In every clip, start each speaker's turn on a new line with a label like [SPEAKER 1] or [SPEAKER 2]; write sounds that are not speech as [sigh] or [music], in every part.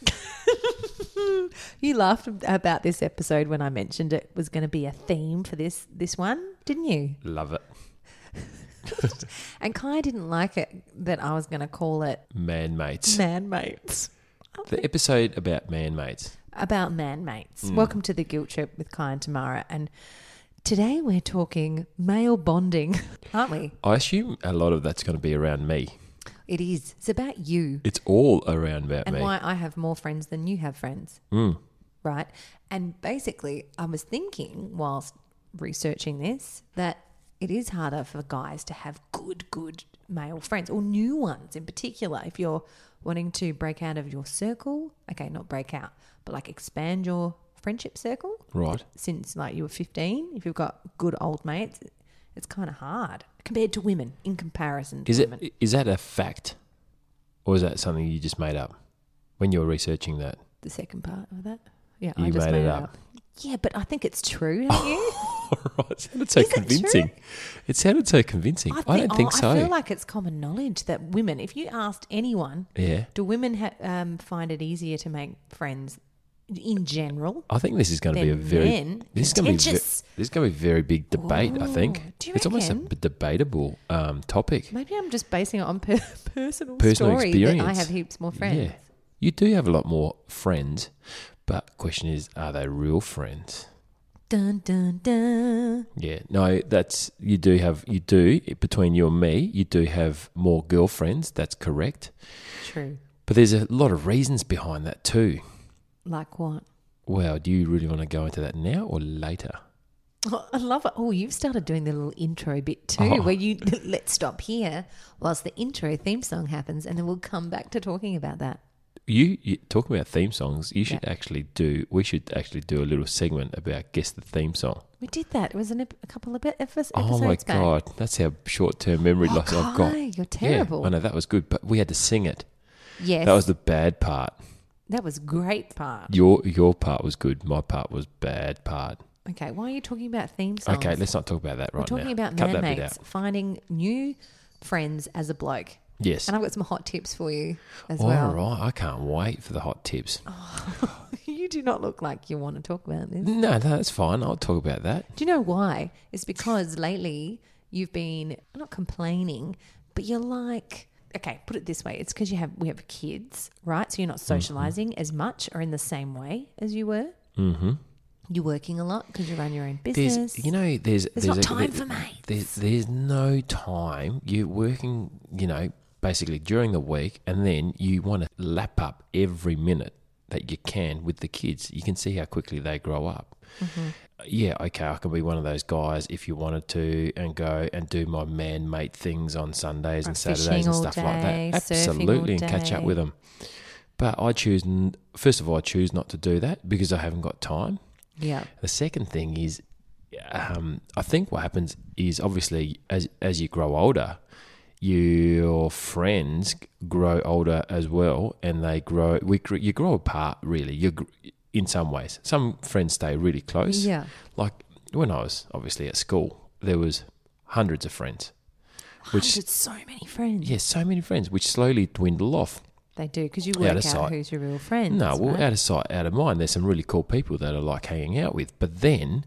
[SPEAKER 1] [laughs] You laughed about this episode when I mentioned it was going to be a theme for this this one, didn't you?
[SPEAKER 2] Love it.
[SPEAKER 1] And Kai didn't like it that I was going to call it
[SPEAKER 2] Man
[SPEAKER 1] [laughs]
[SPEAKER 2] mates.
[SPEAKER 1] man mates.
[SPEAKER 2] the episode about man mates.
[SPEAKER 1] About man mates. Welcome to the guilt trip with Kai and Tamara, and today we're talking male bonding, [laughs] aren't we?
[SPEAKER 2] I assume a lot of that's going to be around me.
[SPEAKER 1] It is. It's about you
[SPEAKER 2] It's all around about
[SPEAKER 1] and
[SPEAKER 2] me. Hmm.
[SPEAKER 1] why I have more friends than you have friends. Right. And basically, I was thinking whilst researching this that it is harder for guys to have good, good male friends or new ones in particular. If you're wanting to break out of your circle, okay, not break out, but like expand your friendship circle
[SPEAKER 2] Right.
[SPEAKER 1] since like you were 15, if you've got good old mates, it's kind of hard compared to women in comparison to
[SPEAKER 2] Is
[SPEAKER 1] women.
[SPEAKER 2] it is that a fact, or is that something you just made up when you were
[SPEAKER 1] [laughs]
[SPEAKER 2] researching that?
[SPEAKER 1] the second part of that. Yeah,
[SPEAKER 2] You
[SPEAKER 1] I just
[SPEAKER 2] made
[SPEAKER 1] made,
[SPEAKER 2] it
[SPEAKER 1] it
[SPEAKER 2] up. Oh,
[SPEAKER 1] up. Yeah, but I think it's true, don't you?
[SPEAKER 2] All [laughs] right, it sounded so
[SPEAKER 1] Is it true?
[SPEAKER 2] convincing. It sounded so convincing. I,
[SPEAKER 1] thi-
[SPEAKER 2] don't think
[SPEAKER 1] oh,
[SPEAKER 2] so.
[SPEAKER 1] I feel like it's common knowledge that women, if you asked anyone,
[SPEAKER 2] yeah,
[SPEAKER 1] do women ha- um, find it easier to make friends in general?
[SPEAKER 2] I think this is going to be a
[SPEAKER 1] Then
[SPEAKER 2] very
[SPEAKER 1] men,
[SPEAKER 2] this is going to be ve-
[SPEAKER 1] contentious.
[SPEAKER 2] this is going to be a very big debate. I think
[SPEAKER 1] Ooh, Oh, do you
[SPEAKER 2] it's almost a
[SPEAKER 1] reckon?
[SPEAKER 2] b- debatable um, topic.
[SPEAKER 1] Maybe I'm just basing it on per- [laughs] personal,
[SPEAKER 2] Personal
[SPEAKER 1] story that I
[SPEAKER 2] experience.
[SPEAKER 1] have heaps more friends.
[SPEAKER 2] Yeah, you do have a lot more friends, but question is, are they real friends?
[SPEAKER 1] Dun dun dun.
[SPEAKER 2] Yeah, no, that's you do have you do between you and me, you do have more girlfriends. That's correct.
[SPEAKER 1] True.
[SPEAKER 2] But there's a lot of reasons behind that too.
[SPEAKER 1] Like what?
[SPEAKER 2] Well, do you really want to go into that now or later?
[SPEAKER 1] Oh, I love it. Oh, you've started doing the little intro bit too,
[SPEAKER 2] Oh.
[SPEAKER 1] where you [laughs] let's stop here whilst the intro theme song happens, and then we'll come back to talking about that.
[SPEAKER 2] You, you talking about theme songs? You should actually do. We should actually do a little segment about guess the theme song.
[SPEAKER 1] We did that. It was an, ep- a couple of bit episodes
[SPEAKER 2] oh my
[SPEAKER 1] back.
[SPEAKER 2] god, that's how short term memory
[SPEAKER 1] Oh,
[SPEAKER 2] loss I've got.
[SPEAKER 1] Kai, you're
[SPEAKER 2] Yeah, I
[SPEAKER 1] terrible.
[SPEAKER 2] know that was good, but we had to sing it.
[SPEAKER 1] yes,
[SPEAKER 2] That was the bad part.
[SPEAKER 1] great part.
[SPEAKER 2] Your your part was good. My part was bad part.
[SPEAKER 1] Okay, why are you talking about theme songs?
[SPEAKER 2] Okay, let's not talk about that right
[SPEAKER 1] we're talking
[SPEAKER 2] now.
[SPEAKER 1] about
[SPEAKER 2] Cut
[SPEAKER 1] man
[SPEAKER 2] that bit
[SPEAKER 1] mates
[SPEAKER 2] out.
[SPEAKER 1] finding new friends as a bloke,
[SPEAKER 2] Yes.
[SPEAKER 1] and I've got some hot tips for you as
[SPEAKER 2] All right,
[SPEAKER 1] well. Oh.
[SPEAKER 2] I can't wait for the hot tips.
[SPEAKER 1] [laughs] you do not look like you want to talk about this.
[SPEAKER 2] No, no, that's fine. I'll talk about that.
[SPEAKER 1] Do you know why? It's because lately you've been not complaining, but you're like, okay, put it this way: it's because you have we have kids, right? So you're not
[SPEAKER 2] Mm-hmm.
[SPEAKER 1] socializing as much or in the same way as you were. Mm-hmm. You're working a lot because you run your own business.
[SPEAKER 2] There's, you know, there's
[SPEAKER 1] There's not
[SPEAKER 2] a-
[SPEAKER 1] time for
[SPEAKER 2] there-
[SPEAKER 1] mates.
[SPEAKER 2] There's, there's no time. You're working, you know, basically during the week, and then you want to lap up every minute that you can with the kids. You can see how quickly they grow up.
[SPEAKER 1] Mm-hmm.
[SPEAKER 2] Yeah, okay, I can be one of those guys if you wanted to, and go and do my man mate things on Sundays and
[SPEAKER 1] Or fishing
[SPEAKER 2] Saturdays and
[SPEAKER 1] all
[SPEAKER 2] stuff like
[SPEAKER 1] day,
[SPEAKER 2] that.
[SPEAKER 1] surfing all
[SPEAKER 2] Absolutely, and catch up
[SPEAKER 1] day.
[SPEAKER 2] with them. But I choose, n- first of all, I choose not to do that because I haven't got time.
[SPEAKER 1] yeah,
[SPEAKER 2] The second thing is, um, I think what happens is obviously as as you grow older, your friends grow older as well, and they grow. We gr- you grow apart really. You gr- in some ways, some friends stay really close.
[SPEAKER 1] yeah.
[SPEAKER 2] Like when I was obviously at school, there was hundreds of friends.
[SPEAKER 1] Which so many friends
[SPEAKER 2] Yes, so many friends, which slowly dwindle off.
[SPEAKER 1] they do because you
[SPEAKER 2] Out
[SPEAKER 1] work
[SPEAKER 2] of
[SPEAKER 1] out
[SPEAKER 2] sight.
[SPEAKER 1] who's your real friends.
[SPEAKER 2] No, well,
[SPEAKER 1] right?
[SPEAKER 2] out of sight, out of mind. There's some really cool people that I like hanging out with. But then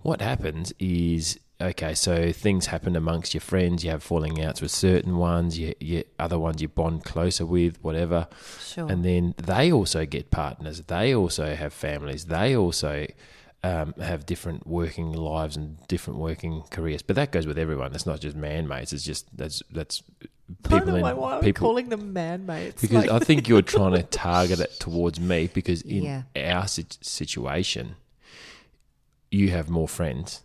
[SPEAKER 2] what happens is, okay, so things happen amongst your friends. You have falling outs with certain ones, you, you, other ones you bond closer with, whatever.
[SPEAKER 1] sure.
[SPEAKER 2] And then they also get partners. They also have families. They also um, have different working lives and different working careers. But that goes with everyone. That's not just man mates. It's just that's that's people. in- people-
[SPEAKER 1] them man mates.
[SPEAKER 2] because I
[SPEAKER 1] [laughs]
[SPEAKER 2] think you're trying to target it towards me because in
[SPEAKER 1] Yeah.
[SPEAKER 2] our sit- situation, you have more friends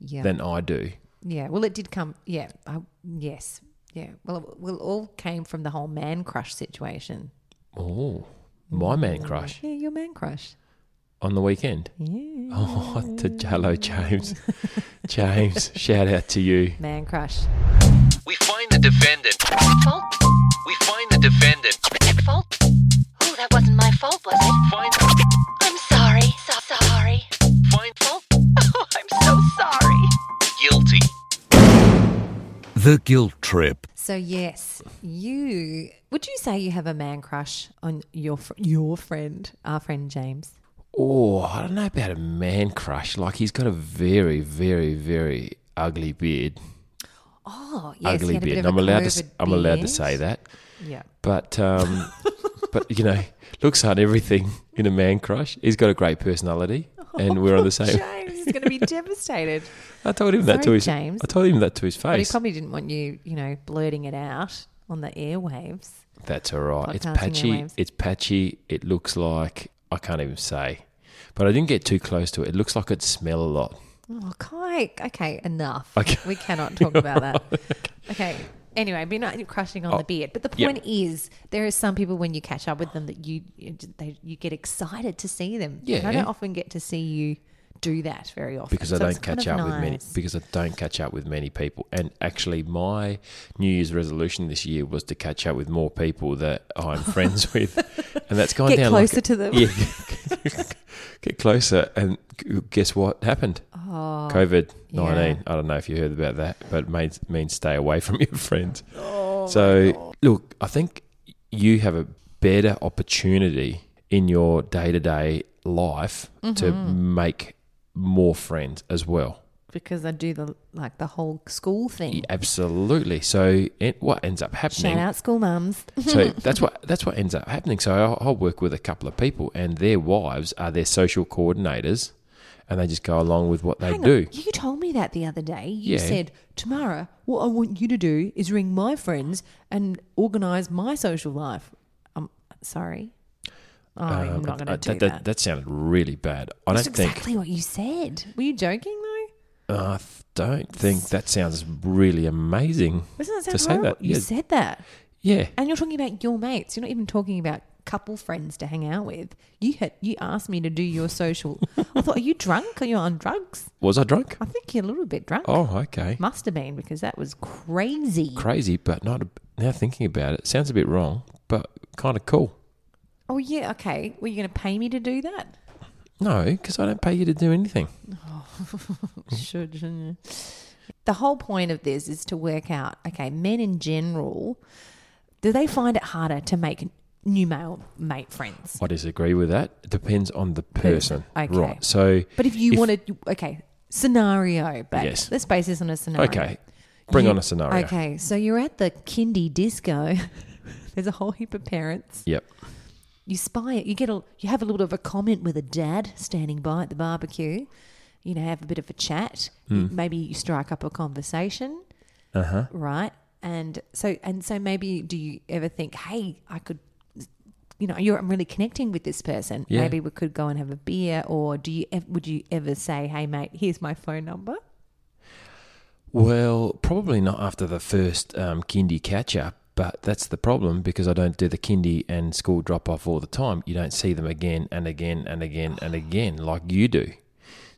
[SPEAKER 1] yeah,
[SPEAKER 2] than I do.
[SPEAKER 1] yeah. Well, it did come. Yeah, I, yes, yeah. Well, it, well, it all came from the whole man crush situation.
[SPEAKER 2] Oh, my
[SPEAKER 1] Mm.
[SPEAKER 2] man crush
[SPEAKER 1] Yeah, your man crush.
[SPEAKER 2] on the weekend.
[SPEAKER 1] Yeah.
[SPEAKER 2] [laughs] Oh, to Jalo James. [laughs] James, shout out to you.
[SPEAKER 1] Man crush.
[SPEAKER 3] We find the defendant.
[SPEAKER 4] My fault?
[SPEAKER 3] We find the defendant.
[SPEAKER 4] At fault? Oh, that wasn't my fault, was it?
[SPEAKER 3] Find
[SPEAKER 4] I'm sorry. So sorry.
[SPEAKER 3] find
[SPEAKER 4] Fault? [laughs] Oh, I'm so sorry.
[SPEAKER 3] guilty.
[SPEAKER 5] The Guilt Trip.
[SPEAKER 1] So yes, you would you say you have a man crush on your fr- your friend, our friend James?
[SPEAKER 2] Oh, I don't know about a man crush. Like he's got a very, very, very ugly beard.
[SPEAKER 1] Oh, yes. he
[SPEAKER 2] ugly
[SPEAKER 1] had a bit
[SPEAKER 2] beard.
[SPEAKER 1] of
[SPEAKER 2] And I'm
[SPEAKER 1] a
[SPEAKER 2] allowed to.
[SPEAKER 1] curved
[SPEAKER 2] I'm allowed to
[SPEAKER 1] beard.
[SPEAKER 2] say that.
[SPEAKER 1] Yeah.
[SPEAKER 2] But um, but you know, looks aren't everything in a man crush. He's got a great personality, and we're on
[SPEAKER 1] [laughs]
[SPEAKER 2] the same.
[SPEAKER 1] James is going
[SPEAKER 2] [laughs]
[SPEAKER 1] to be devastated.
[SPEAKER 2] I told him that to
[SPEAKER 1] Sorry,
[SPEAKER 2] his.
[SPEAKER 1] James.
[SPEAKER 2] I told him that to his
[SPEAKER 1] But he
[SPEAKER 2] face.
[SPEAKER 1] probably didn't want you, you know, blurting it out on the airwaves.
[SPEAKER 2] That's all right. It's
[SPEAKER 1] Podcasting
[SPEAKER 2] patchy.
[SPEAKER 1] airwaves.
[SPEAKER 2] It's patchy. It looks like I can't even say, but I didn't get too close to it. It looks like it smell a lot.
[SPEAKER 1] Oh, Kike. Okay, enough.
[SPEAKER 2] Okay.
[SPEAKER 1] We cannot talk about
[SPEAKER 2] [laughs]
[SPEAKER 1] that. Okay. Anyway, we're not crushing on the beard, but the
[SPEAKER 2] Oh, yep.
[SPEAKER 1] point is, there are some people when you catch up with them that you you- they, you get excited to see them. And I
[SPEAKER 2] Yeah.
[SPEAKER 1] don't often get to see you do that very often
[SPEAKER 2] because I
[SPEAKER 1] So it's
[SPEAKER 2] don't
[SPEAKER 1] kind
[SPEAKER 2] catch
[SPEAKER 1] of
[SPEAKER 2] up with many
[SPEAKER 1] nice.
[SPEAKER 2] because I don't catch up with many people. And actually, my New Year's resolution this year was to catch up with more people that I'm [laughs] friends with, and that's gone
[SPEAKER 1] Get
[SPEAKER 2] down
[SPEAKER 1] closer
[SPEAKER 2] like,
[SPEAKER 1] to them.
[SPEAKER 2] Yeah, [laughs] get closer. And g- guess what happened? Oh, COVID nineteen. I don't know if you heard about that, but it means means stay away from [laughs] your friends. so look, I think you have a better opportunity in your day to day life to make more friends as well.
[SPEAKER 1] because I do the like the whole school thing.
[SPEAKER 2] Yeah, absolutely. So it, what ends up
[SPEAKER 1] Shout
[SPEAKER 2] happening?
[SPEAKER 1] out school mums.
[SPEAKER 2] so
[SPEAKER 1] [laughs]
[SPEAKER 2] that's what that's what ends up happening. So I'll, I'll work with a couple of people, and their wives are their social coordinators, and they just go along with what they
[SPEAKER 1] Hang on,
[SPEAKER 2] do.
[SPEAKER 1] You told me that the other day. You
[SPEAKER 2] Yeah.
[SPEAKER 1] said, Tamara, what I want you to do is ring my friends and organise my social life. Um, sorry. Oh, I'm not
[SPEAKER 2] Uh,
[SPEAKER 1] going to do
[SPEAKER 2] that,
[SPEAKER 1] that.
[SPEAKER 2] that sounded really bad. I
[SPEAKER 1] That's
[SPEAKER 2] don't think.
[SPEAKER 1] exactly what you said. Were you joking though?
[SPEAKER 2] I th- don't think that sounds really amazing.
[SPEAKER 1] Doesn't
[SPEAKER 2] To
[SPEAKER 1] that
[SPEAKER 2] say
[SPEAKER 1] sound horrible?
[SPEAKER 2] that,
[SPEAKER 1] You
[SPEAKER 2] yeah.
[SPEAKER 1] said that.
[SPEAKER 2] Yeah.
[SPEAKER 1] And you're talking about your mates. You're not even talking about couple friends to hang out with. You had, you asked me to do your
[SPEAKER 2] [laughs]
[SPEAKER 1] social. I thought, are you drunk? Are you on drugs?
[SPEAKER 2] Was I drunk?
[SPEAKER 1] I think you're a little bit drunk.
[SPEAKER 2] Oh, okay.
[SPEAKER 1] Must have been because that was crazy.
[SPEAKER 2] Crazy, but not now thinking about it, sounds a bit wrong, but kind of cool.
[SPEAKER 1] Oh yeah, okay. Were you going to pay me to do that?
[SPEAKER 2] [laughs] No, because I don't pay you to do anything.
[SPEAKER 1] Should shouldn't you? the whole point of this is to work out. Okay, men in general, do they find it harder to make new male mate friends?
[SPEAKER 2] I disagree with that. It depends on the person.
[SPEAKER 1] Okay.
[SPEAKER 2] Right. So,
[SPEAKER 1] But if you want to, okay, scenario. But
[SPEAKER 2] Yes.
[SPEAKER 1] let's base this on a scenario.
[SPEAKER 2] okay, bring
[SPEAKER 1] You- [laughs]
[SPEAKER 2] on a scenario.
[SPEAKER 1] Okay, so you're at the kindy disco. [laughs] There's a whole heap of parents.
[SPEAKER 2] Yep.
[SPEAKER 1] you spy it. You get a you have a little bit of a comment with a dad standing by at the barbecue. You know, have a bit of a chat.
[SPEAKER 2] Hmm.
[SPEAKER 1] You- Maybe you strike up a conversation.
[SPEAKER 2] Uh-huh.
[SPEAKER 1] Uh huh. Right. And so and so maybe do you ever think, hey, I could. You know, you're, I'm really connecting with this person.
[SPEAKER 2] Yeah.
[SPEAKER 1] Maybe we could go and have a beer, or do you? ev- Would you ever say, "Hey, mate, here's my phone number"?
[SPEAKER 2] Well, probably not after the first um, kindy catch up, but that's the problem because I don't do the kindy and school drop off all the time. You don't see them again and again and again and again like you do.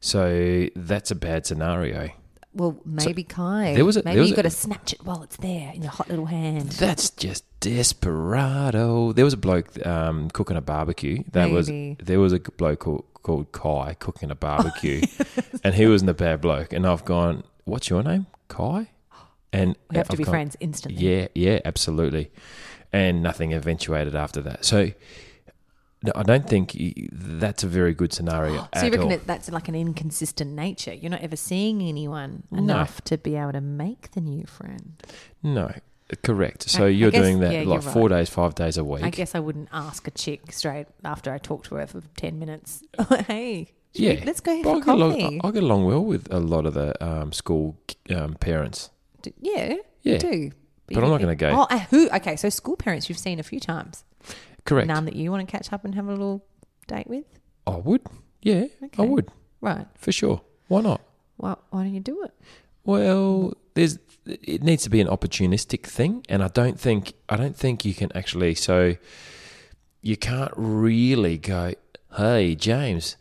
[SPEAKER 2] So that's a bad scenario.
[SPEAKER 1] Well, maybe Kai.
[SPEAKER 2] there was a-
[SPEAKER 1] maybe
[SPEAKER 2] there was
[SPEAKER 1] you've got
[SPEAKER 2] a-
[SPEAKER 1] to snatch it while it's there in your hot little hand.
[SPEAKER 2] That's just desperado. There was a bloke um, cooking a barbecue. That
[SPEAKER 1] Maybe.
[SPEAKER 2] was there was a bloke called, called Kai cooking
[SPEAKER 1] [laughs]
[SPEAKER 2] a barbecue, and he wasn't a bad bloke. And I've gone, "What's your name, Kai?" And
[SPEAKER 1] We have to
[SPEAKER 2] I've
[SPEAKER 1] be
[SPEAKER 2] gone,
[SPEAKER 1] friends instantly.
[SPEAKER 2] Yeah, yeah, absolutely. And nothing eventuated after that. So no, I don't think y- that's a very good scenario
[SPEAKER 1] [gasps] So you
[SPEAKER 2] at
[SPEAKER 1] reckon
[SPEAKER 2] all.
[SPEAKER 1] that that's like an inconsistent nature? You're not ever seeing anyone enough to be able to make the new friend.
[SPEAKER 2] no, correct. So
[SPEAKER 1] I
[SPEAKER 2] you're
[SPEAKER 1] guess-
[SPEAKER 2] doing that
[SPEAKER 1] yeah, you're
[SPEAKER 2] like four days, five days a week.
[SPEAKER 1] I guess I wouldn't ask a chick straight after I talked to her for ten minutes. [laughs] "Oh, hey, should we-
[SPEAKER 2] yeah,
[SPEAKER 1] let's go
[SPEAKER 2] But
[SPEAKER 1] for
[SPEAKER 2] I get along-
[SPEAKER 1] coffee.
[SPEAKER 2] I I get along well with a lot of the um, school um, parents.
[SPEAKER 1] D- yeah,
[SPEAKER 2] Yeah.
[SPEAKER 1] you do.
[SPEAKER 2] But I'm
[SPEAKER 1] you-
[SPEAKER 2] not gonna go.
[SPEAKER 1] Oh, uh, who? Okay, so school parents you've seen a few times.
[SPEAKER 2] Correct.
[SPEAKER 1] None that you want to catch up and have a little date with,
[SPEAKER 2] I would. Yeah, I
[SPEAKER 1] Okay.
[SPEAKER 2] would
[SPEAKER 1] right?
[SPEAKER 2] for sure. Why not?
[SPEAKER 1] Why, why don't you do it?
[SPEAKER 2] Well, there's it needs to be an opportunistic thing, and I don't think I don't think you can actually. So you can't really go, "Hey, James,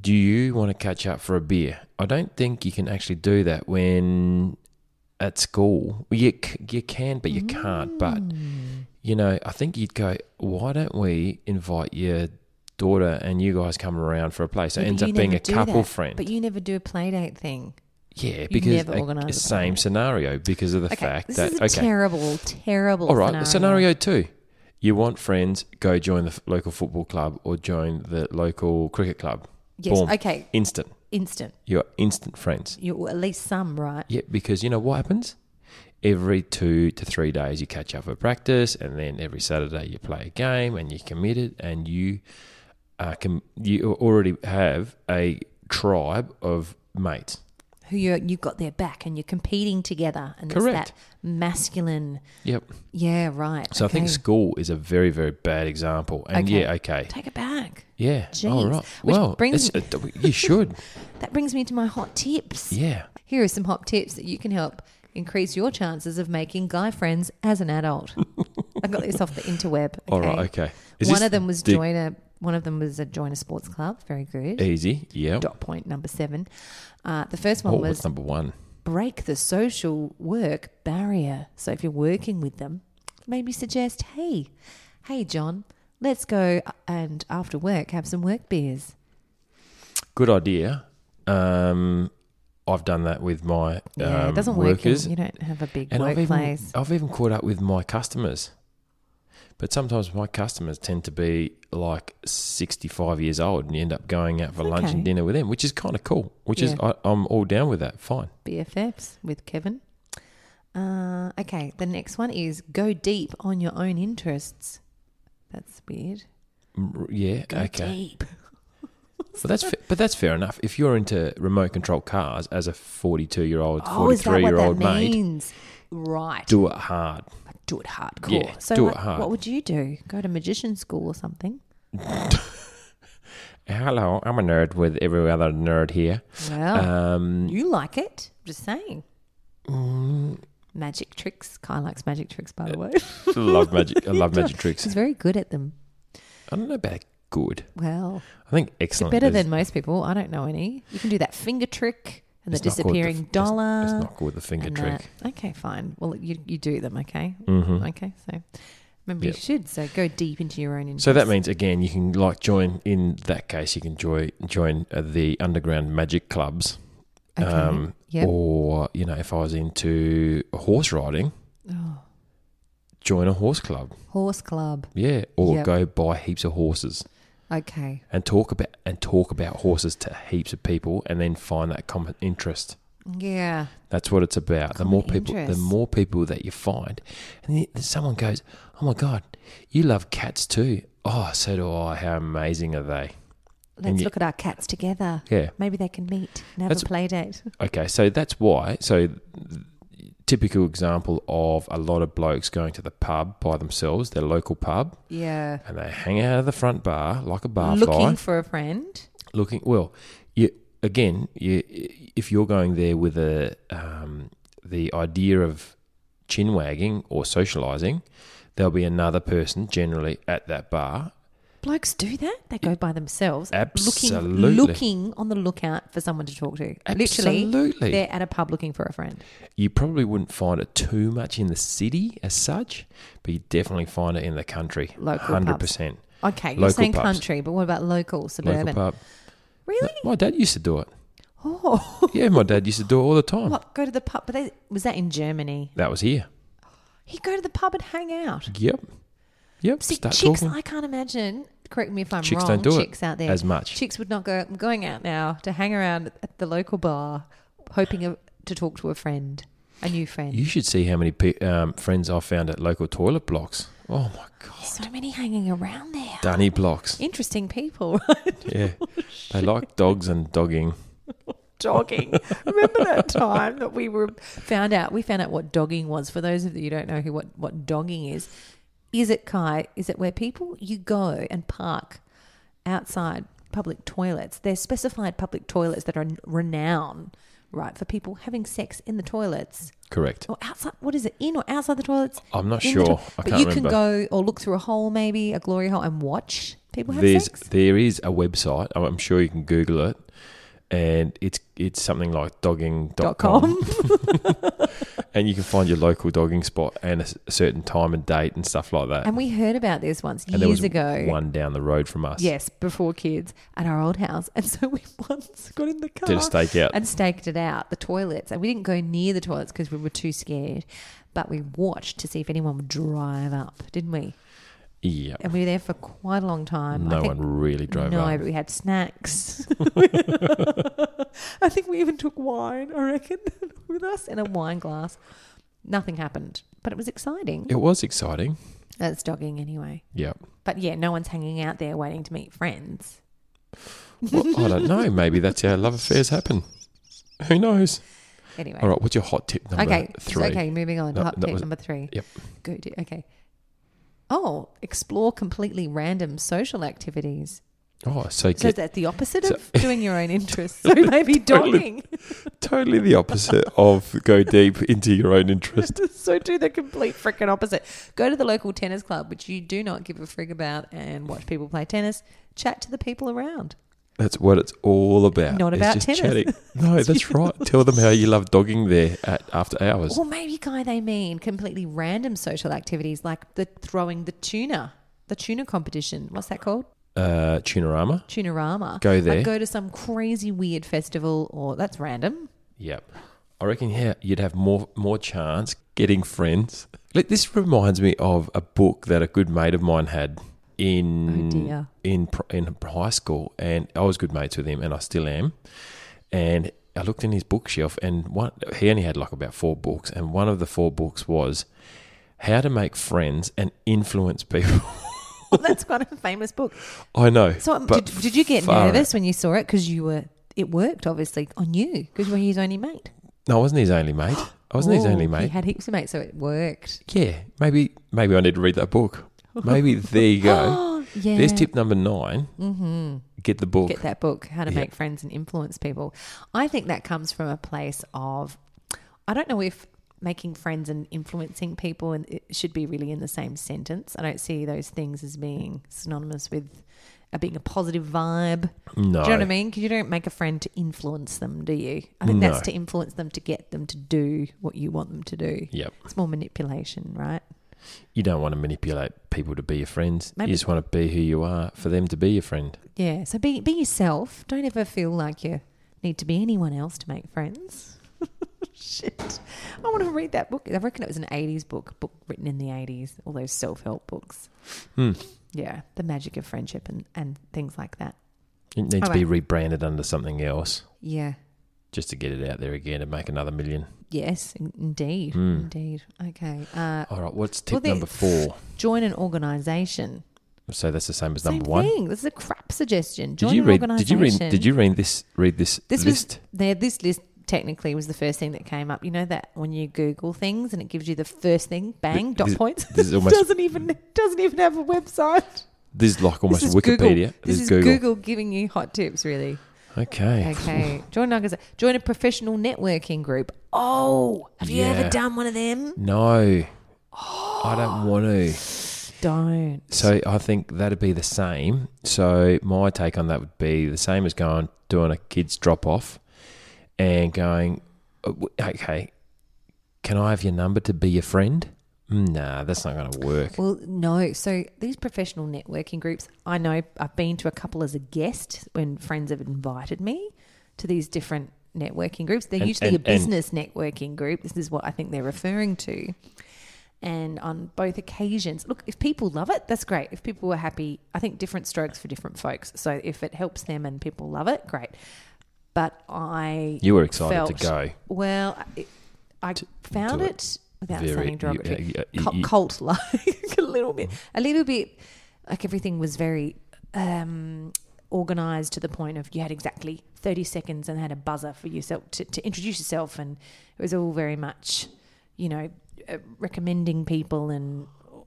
[SPEAKER 2] do you want to catch up for a beer?" I don't think you can actually do that when at school. You c- you can, but you can't. But
[SPEAKER 1] Mm.
[SPEAKER 2] you know, I think you'd go, "Why don't we invite your daughter and you guys come around for a play?" So
[SPEAKER 1] Yeah, but
[SPEAKER 2] it ends
[SPEAKER 1] you
[SPEAKER 2] up being
[SPEAKER 1] never
[SPEAKER 2] a
[SPEAKER 1] do
[SPEAKER 2] couple
[SPEAKER 1] that.
[SPEAKER 2] friend.
[SPEAKER 1] but you never do a play date thing.
[SPEAKER 2] Yeah, because
[SPEAKER 1] never
[SPEAKER 2] a-
[SPEAKER 1] organise a
[SPEAKER 2] same scenario because of the
[SPEAKER 1] Okay,
[SPEAKER 2] fact
[SPEAKER 1] this
[SPEAKER 2] that
[SPEAKER 1] is a
[SPEAKER 2] okay,
[SPEAKER 1] terrible, terrible.
[SPEAKER 2] all right, scenario. two, You want friends? Go join the f- local football club or join the local cricket club.
[SPEAKER 1] Yes, okay.
[SPEAKER 2] Instant.
[SPEAKER 1] Instant.
[SPEAKER 2] You're instant friends.
[SPEAKER 1] You well, at least some, right?
[SPEAKER 2] Yeah, because you know what happens? Every two to three days, you catch up for practice, and then every Saturday you play a game, and you're committed, and you uh, com- you already have a tribe of mates.
[SPEAKER 1] Who you you've got their back and you're competing together, and it's
[SPEAKER 2] Correct.
[SPEAKER 1] that masculine.
[SPEAKER 2] Yep.
[SPEAKER 1] Yeah, right.
[SPEAKER 2] So I think
[SPEAKER 1] okay.
[SPEAKER 2] school is a very, very bad example. And
[SPEAKER 1] Okay.
[SPEAKER 2] yeah, okay.
[SPEAKER 1] take it back.
[SPEAKER 2] Yeah. All
[SPEAKER 1] Jeez.
[SPEAKER 2] right.
[SPEAKER 1] Which
[SPEAKER 2] well,
[SPEAKER 1] brings-
[SPEAKER 2] it's- uh,
[SPEAKER 1] [laughs]
[SPEAKER 2] you should.
[SPEAKER 1] That brings me to my hot tips.
[SPEAKER 2] yeah.
[SPEAKER 1] Here are some hot tips that you can help increase your chances of making guy friends as an
[SPEAKER 2] [laughs]
[SPEAKER 1] adult. I got this off the interweb. Okay?
[SPEAKER 2] All right. Okay. Is
[SPEAKER 1] one
[SPEAKER 2] this
[SPEAKER 1] of them was
[SPEAKER 2] the- Eh.
[SPEAKER 1] join a one of them was a join a sports club. Very good.
[SPEAKER 2] Easy. Yeah.
[SPEAKER 1] Dot point number seven. Uh, the first one
[SPEAKER 2] Oh,
[SPEAKER 1] was
[SPEAKER 2] what's number one?
[SPEAKER 1] break the social work barrier. So if you're working with them, maybe suggest, hey, hey, John, let's go uh, and after work have some work beers.
[SPEAKER 2] Good idea. Um, I've done that with my
[SPEAKER 1] Yeah,
[SPEAKER 2] um,
[SPEAKER 1] it doesn't work.
[SPEAKER 2] workers,
[SPEAKER 1] in- You don't have a big
[SPEAKER 2] and I've even,
[SPEAKER 1] workplace.
[SPEAKER 2] I've even caught up with my customers. But sometimes my customers tend to be like sixty-five years old, and you end up going out for lunch
[SPEAKER 1] Okay.
[SPEAKER 2] and dinner with them, which is kind of cool. Which is
[SPEAKER 1] Yeah.
[SPEAKER 2] I, I'm all down with that. Fine.
[SPEAKER 1] BFFs with Kevin. Uh, okay, the next one is go deep on your own interests. That's weird.
[SPEAKER 2] R- Yeah. okay.
[SPEAKER 1] Deep.
[SPEAKER 2] But that's fa- but that's fair enough. If you're into remote control cars as a 42 year old,
[SPEAKER 1] Oh, is that
[SPEAKER 2] 43
[SPEAKER 1] what
[SPEAKER 2] year
[SPEAKER 1] that
[SPEAKER 2] old mate,
[SPEAKER 1] means? Right.
[SPEAKER 2] do it hard.
[SPEAKER 1] do it hardcore.
[SPEAKER 2] Yeah,
[SPEAKER 1] so
[SPEAKER 2] do
[SPEAKER 1] like,
[SPEAKER 2] it hard.
[SPEAKER 1] what would you do? Go to magician school or something?
[SPEAKER 2] Hello, I'm a nerd with every other nerd here.
[SPEAKER 1] Well,
[SPEAKER 2] Um, Mm.
[SPEAKER 1] you like it. Just saying. Magic tricks. Kai likes magic tricks, by the way.
[SPEAKER 2] [laughs]
[SPEAKER 1] [laughs]
[SPEAKER 2] love magic. I love magic tricks.
[SPEAKER 1] She's very good at them.
[SPEAKER 2] I don't know about good.
[SPEAKER 1] Well,
[SPEAKER 2] I think excellent.
[SPEAKER 1] better
[SPEAKER 2] is-
[SPEAKER 1] than most people. I don't know any. You can do that finger trick and the
[SPEAKER 2] it's not called
[SPEAKER 1] disappearing
[SPEAKER 2] the f- it's-
[SPEAKER 1] dollar.
[SPEAKER 2] It's, not called the finger
[SPEAKER 1] and
[SPEAKER 2] trick. Mm-hmm.
[SPEAKER 1] that. Okay, fine. Well, you, you do them, okay? Okay, so remember
[SPEAKER 2] Yeah.
[SPEAKER 1] you should. So go deep into your own interests.
[SPEAKER 2] So that means again, you can like join. In that case, you can join join uh, the underground magic clubs.
[SPEAKER 1] Okay,
[SPEAKER 2] Um,
[SPEAKER 1] yep.
[SPEAKER 2] Or you know, if I was into horse riding, join a horse club.
[SPEAKER 1] Oh, Horse club.
[SPEAKER 2] Yeah, or
[SPEAKER 1] Yep.
[SPEAKER 2] go buy heaps of horses
[SPEAKER 1] Okay.
[SPEAKER 2] and talk about and talk about horses to heaps of people, and then find that common interest.
[SPEAKER 1] Yeah.
[SPEAKER 2] That's what it's about. the
[SPEAKER 1] Common
[SPEAKER 2] more people,
[SPEAKER 1] interest.
[SPEAKER 2] the more people that you find, and then someone goes, "Oh my god, you love cats too." Oh, so do I. How amazing are they?
[SPEAKER 1] Let's
[SPEAKER 2] you-
[SPEAKER 1] look at our cats together.
[SPEAKER 2] Yeah.
[SPEAKER 1] Maybe they can meet and have
[SPEAKER 2] That's-
[SPEAKER 1] a play date.
[SPEAKER 2] Okay, so that's why. So typical example of a lot of blokes going to the pub by themselves, their local pub,
[SPEAKER 1] Yeah.
[SPEAKER 2] and they hang out of the front bar like a barfly,
[SPEAKER 1] Looking
[SPEAKER 2] looking.
[SPEAKER 1] for a friend.
[SPEAKER 2] well, you again, you if you're going there with a um, the idea of chin wagging or socializing, there'll be another person generally at that bar.
[SPEAKER 1] Blokes do that. They go by themselves.
[SPEAKER 2] Absolutely.
[SPEAKER 1] Looking, looking on the lookout for someone to talk to.
[SPEAKER 2] Absolutely.
[SPEAKER 1] Literally, they're at a pub looking for a friend.
[SPEAKER 2] You probably wouldn't find it too much in the city as such, but you definitely find it in the country.
[SPEAKER 1] Local pubs.
[SPEAKER 2] 100%.
[SPEAKER 1] Okay, you're
[SPEAKER 2] Local
[SPEAKER 1] saying
[SPEAKER 2] pubs.
[SPEAKER 1] country, but what about local, suburban?
[SPEAKER 2] Local pub.
[SPEAKER 1] Really?
[SPEAKER 2] My dad used to do it.
[SPEAKER 1] Oh, [laughs]
[SPEAKER 2] Yeah, my dad used to do it all the time.
[SPEAKER 1] what? Go to the pub? But they, was that in Germany?
[SPEAKER 2] That was here.
[SPEAKER 1] He'd go to the pub and hang out.
[SPEAKER 2] Yep. Yep.
[SPEAKER 1] See,
[SPEAKER 2] Start
[SPEAKER 1] chicks,
[SPEAKER 2] talking.
[SPEAKER 1] I can't imagine. Correct me if I'm
[SPEAKER 2] Chicks
[SPEAKER 1] wrong.
[SPEAKER 2] don't do it
[SPEAKER 1] chicks out there
[SPEAKER 2] as much.
[SPEAKER 1] Chicks would not go. I'm going out now to hang around at the local bar, hoping of- to talk to a friend, a new friend.
[SPEAKER 2] You should see how many pe- um, friends I found at local toilet blocks. Oh my god,
[SPEAKER 1] so many hanging around there.
[SPEAKER 2] dunny blocks.
[SPEAKER 1] [laughs] Interesting people, right?
[SPEAKER 2] Yeah,
[SPEAKER 1] Oh,
[SPEAKER 2] they like dogs and dogging.
[SPEAKER 1] dogging. Remember
[SPEAKER 2] [laughs]
[SPEAKER 1] that time that we were found out? We found out what dogging was. For those of you who don't know who what what dogging is, is it Kai? Is it where people you go and park outside public toilets? They're specified public toilets that are renowned, right, for people having sex in the toilets
[SPEAKER 2] Correct.
[SPEAKER 1] or outside. What is it? In or outside the toilets?
[SPEAKER 2] I'm not
[SPEAKER 1] In the
[SPEAKER 2] sure.
[SPEAKER 1] toi-
[SPEAKER 2] I
[SPEAKER 1] but
[SPEAKER 2] can't
[SPEAKER 1] you
[SPEAKER 2] remember.
[SPEAKER 1] can go or look through a hole, maybe a glory hole, and watch people have
[SPEAKER 2] There's
[SPEAKER 1] sex.
[SPEAKER 2] there is a website. I'm- I'm sure you can Google it, and it's it's something like dogging.com,
[SPEAKER 1] Dot com.
[SPEAKER 2] [laughs] and you can find your local dogging spot and a s- a certain time and date and stuff like that.
[SPEAKER 1] And we heard about this once
[SPEAKER 2] And there
[SPEAKER 1] years
[SPEAKER 2] was
[SPEAKER 1] ago.
[SPEAKER 2] one down the road from us.
[SPEAKER 1] Yes, before kids at our old house. And so we [laughs] once got in the car.
[SPEAKER 2] Did a stakeout.
[SPEAKER 1] And staked it out, the toilets. And we didn't go near the toilets because we were too scared. But we watched to see if anyone would drive up, didn't we?
[SPEAKER 2] Yeah.
[SPEAKER 1] and we were there for quite a long time. I
[SPEAKER 2] No
[SPEAKER 1] think-
[SPEAKER 2] one really drove
[SPEAKER 1] No,
[SPEAKER 2] up.
[SPEAKER 1] but we had
[SPEAKER 2] [laughs]
[SPEAKER 1] snacks. I think we even took wine, I reckon, [laughs] with us in a wine glass. Nothing happened, but it was exciting.
[SPEAKER 2] It was exciting.
[SPEAKER 1] That's dogging anyway.
[SPEAKER 2] Yeah.
[SPEAKER 1] But yeah, no one's hanging out there waiting to meet friends.
[SPEAKER 2] Well,
[SPEAKER 1] [laughs]
[SPEAKER 2] I don't know. Maybe that's how love affairs happen. Who knows?
[SPEAKER 1] Anyway.
[SPEAKER 2] All right. What's your hot tip number
[SPEAKER 1] okay.
[SPEAKER 2] three?
[SPEAKER 1] Okay, moving on.
[SPEAKER 2] No,
[SPEAKER 1] Hot
[SPEAKER 2] that
[SPEAKER 1] tip
[SPEAKER 2] was-
[SPEAKER 1] number three.
[SPEAKER 2] Yep.
[SPEAKER 1] Go to, okay. Oh, explore completely random social activities.
[SPEAKER 2] Oh, so
[SPEAKER 1] So
[SPEAKER 2] get
[SPEAKER 1] that's the opposite
[SPEAKER 2] So-
[SPEAKER 1] of
[SPEAKER 2] [laughs]
[SPEAKER 1] doing your own interests. So maybe
[SPEAKER 2] Totally.
[SPEAKER 1] dogging.
[SPEAKER 2] totally the opposite of go deep into your own interest.
[SPEAKER 1] [laughs] so do the complete freaking opposite. Go to the local tennis club, which you do not give a frig about, and watch people play tennis. Chat to the people around.
[SPEAKER 2] That's what it's all about.
[SPEAKER 1] Not
[SPEAKER 2] It's
[SPEAKER 1] about
[SPEAKER 2] just
[SPEAKER 1] tennis. [laughs]
[SPEAKER 2] chatting. No, that's right. Tell them how you love dogging there at after hours.
[SPEAKER 1] Or maybe, Guy, they mean completely random social activities like the throwing the tuna, the tuna competition. What's that called?
[SPEAKER 2] Uh, Tunarama.
[SPEAKER 1] Tunarama.
[SPEAKER 2] Go there.
[SPEAKER 1] Like go to some crazy weird festival, or that's random. [laughs]
[SPEAKER 2] Yep. I reckon yeah, you'd have more more chance getting friends. Like, this reminds me of a book that a good mate of mine had
[SPEAKER 1] Oh,
[SPEAKER 2] in
[SPEAKER 1] dear.
[SPEAKER 2] in pr- in high school, and I was good mates with him, and I still am. And I looked in his bookshelf, and one he only had like about four books, and one of the four books was how to make friends and influence people. [laughs]
[SPEAKER 1] Well, that's quite a famous book.
[SPEAKER 2] I know.
[SPEAKER 1] So, um,
[SPEAKER 2] but
[SPEAKER 1] did, did you get
[SPEAKER 2] far out.
[SPEAKER 1] nervous when you saw it because you were? It worked obviously on you because you were his only mate.
[SPEAKER 2] No, I wasn't his only mate. I wasn't his
[SPEAKER 1] [gasps] Oh,
[SPEAKER 2] only
[SPEAKER 1] He
[SPEAKER 2] mate.
[SPEAKER 1] had heaps of mates, so it worked. [gasps]
[SPEAKER 2] yeah, maybe maybe I need to read that
[SPEAKER 1] [laughs]
[SPEAKER 2] book. Maybe there you go.
[SPEAKER 1] Oh, Yeah.
[SPEAKER 2] There's tip number 9 Mm-hmm. Get the book.
[SPEAKER 1] Get that book, How to Make Friends and Influence People. I think that comes from a place of, I don't know if making friends and influencing people and it should be really in the same sentence. I don't see those things as being synonymous with uh, being a positive vibe. Do
[SPEAKER 2] no,
[SPEAKER 1] you know what I mean? Because you don't make a friend to influence them, do you? I think that's
[SPEAKER 2] No.
[SPEAKER 1] to influence them to get them to do what you want them to do.
[SPEAKER 2] Yep.
[SPEAKER 1] It's more manipulation, right?
[SPEAKER 2] You don't want to manipulate people to be your friends.
[SPEAKER 1] Maybe-
[SPEAKER 2] You just want to be who you are for them to be your friend.
[SPEAKER 1] Yeah. So be be yourself. Don't ever feel like you need to be anyone else to make friends. [laughs] Shit. I want to read that book. I reckon it was an eighties book, book written in the eighties, all those self help books.
[SPEAKER 2] Hmm.
[SPEAKER 1] Yeah. The magic of friendship and, and things like that.
[SPEAKER 2] It needs to
[SPEAKER 1] All
[SPEAKER 2] be
[SPEAKER 1] right.
[SPEAKER 2] rebranded under something else
[SPEAKER 1] Yeah.
[SPEAKER 2] just to get it out there again and make another million.
[SPEAKER 1] Yes, in- indeed.
[SPEAKER 2] Hmm.
[SPEAKER 1] Indeed. Okay. Uh,
[SPEAKER 2] All right, what's tip
[SPEAKER 1] well, the-
[SPEAKER 2] number four?
[SPEAKER 1] Join an organization.
[SPEAKER 2] So that's the same as
[SPEAKER 1] Same
[SPEAKER 2] number one.
[SPEAKER 1] thing. This is a crap suggestion. Join
[SPEAKER 2] Did you
[SPEAKER 1] an
[SPEAKER 2] read? Did you
[SPEAKER 1] organization.
[SPEAKER 2] read? Did you read this? Read this,
[SPEAKER 1] This
[SPEAKER 2] list?
[SPEAKER 1] was there. This list technically was the first thing that came up. You know that when you Google things and it gives you the first thing, bang, dot
[SPEAKER 2] this-
[SPEAKER 1] points.
[SPEAKER 2] this
[SPEAKER 1] [laughs]
[SPEAKER 2] is almost-
[SPEAKER 1] doesn't even doesn't even have a website.
[SPEAKER 2] This is like almost
[SPEAKER 1] this is
[SPEAKER 2] Wikipedia.
[SPEAKER 1] Google. This, is Google.
[SPEAKER 2] Google.
[SPEAKER 1] giving you hot tips, really.
[SPEAKER 2] Okay. [laughs]
[SPEAKER 1] Okay, join an organisa- join a professional networking group. Oh, have you
[SPEAKER 2] Yeah.
[SPEAKER 1] ever done one of them?
[SPEAKER 2] No, I don't want
[SPEAKER 1] [gasps] Oh.
[SPEAKER 2] to.
[SPEAKER 1] Don't.
[SPEAKER 2] So I think that'd be the same. So my take on that would be the same as going doing a kids drop off and going, "Oh, w- okay, can I have your number to be your friend? Mm, Nah, that's not going to work.
[SPEAKER 1] Well, no. So these professional networking groups, I know I've been to a couple as a guest when friends have invited me to these different networking groups. They're
[SPEAKER 2] And-
[SPEAKER 1] usually
[SPEAKER 2] and-
[SPEAKER 1] a business networking group. This is what I think they're referring to. And on both occasions, look, if people love it, that's great. If people were happy, I think different strokes for different folks. So if it helps them and people love it, great. But I
[SPEAKER 2] You were excited
[SPEAKER 1] felt,
[SPEAKER 2] to go.
[SPEAKER 1] Well, I, I found
[SPEAKER 2] to it.
[SPEAKER 1] it without
[SPEAKER 2] Very-
[SPEAKER 1] sounding
[SPEAKER 2] you-
[SPEAKER 1] derogatory
[SPEAKER 2] yeah, yeah,
[SPEAKER 1] cult,
[SPEAKER 2] you-
[SPEAKER 1] cult like [laughs] a little bit
[SPEAKER 2] Mm-hmm.
[SPEAKER 1] a little bit like everything was very um organized to the point of you had exactly 30 seconds and had a buzzer for yourself to, to introduce yourself and it was all very much you know uh, recommending people and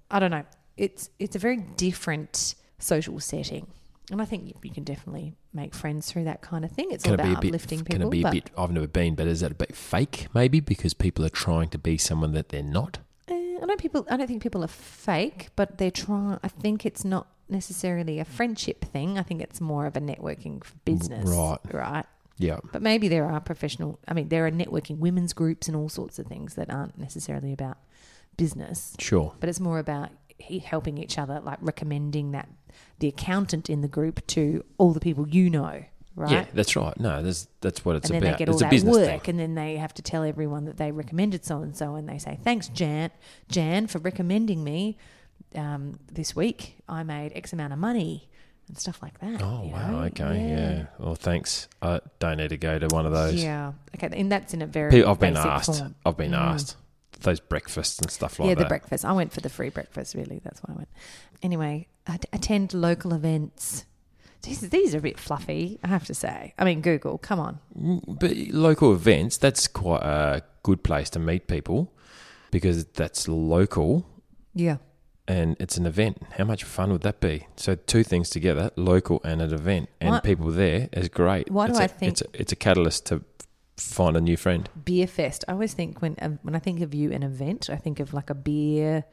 [SPEAKER 1] i don't know it's it's a very different social setting and i think you, you can definitely make friends through that kind of thing it's all
[SPEAKER 2] Can it
[SPEAKER 1] about
[SPEAKER 2] be a bit?
[SPEAKER 1] uplifting
[SPEAKER 2] can
[SPEAKER 1] people
[SPEAKER 2] it be a
[SPEAKER 1] but
[SPEAKER 2] bit? I've never been, but is that a bit fake? Maybe because people are trying to be someone that they're not.
[SPEAKER 1] Uh, I don't people. I don't think people are fake, but they're trying. I think it's not necessarily a friendship thing. I think it's more of a networking f- business,
[SPEAKER 2] right.
[SPEAKER 1] Right.
[SPEAKER 2] Yeah.
[SPEAKER 1] But maybe there are professional. I mean, there are networking women's groups and all sorts of things that aren't necessarily about business,
[SPEAKER 2] Sure.
[SPEAKER 1] but it's more about he- helping each other, like recommending that the accountant in the group to all the people you know, right?
[SPEAKER 2] Yeah, that's right. No, that's that's what it's
[SPEAKER 1] and then
[SPEAKER 2] about.
[SPEAKER 1] they get all
[SPEAKER 2] it's a
[SPEAKER 1] that
[SPEAKER 2] business
[SPEAKER 1] work,
[SPEAKER 2] thing.
[SPEAKER 1] and then they have to tell everyone that they recommended so and so, and they say thanks, Jan, Jan, for recommending me. um, this week I made X amount of money and stuff like that.
[SPEAKER 2] Oh
[SPEAKER 1] you
[SPEAKER 2] wow.
[SPEAKER 1] know?
[SPEAKER 2] Okay. Yeah. Well, thanks. I don't need to go to one of those.
[SPEAKER 1] Yeah. Okay. And that's in a very.
[SPEAKER 2] Pe- I've been
[SPEAKER 1] basic
[SPEAKER 2] asked.
[SPEAKER 1] form. Mm.
[SPEAKER 2] I've been asked. Those breakfasts and stuff like
[SPEAKER 1] yeah,
[SPEAKER 2] that.
[SPEAKER 1] the breakfast. I went for the free breakfast. Really, that's why I went. Anyway, at- attend local events. These, these are a bit fluffy, I have to say. I mean, Google, come on.
[SPEAKER 2] But local events, that's quite a good place to meet people because that's local
[SPEAKER 1] Yeah.
[SPEAKER 2] and it's an event. How much fun would that be? So two things together, local and an event, and
[SPEAKER 1] Why-
[SPEAKER 2] people there is great.
[SPEAKER 1] Why do
[SPEAKER 2] it's
[SPEAKER 1] I
[SPEAKER 2] a-
[SPEAKER 1] think-
[SPEAKER 2] it's a, it's a catalyst to find a new friend?
[SPEAKER 1] Beer fest. I always think when um, when I think of you an event, I think of like a beer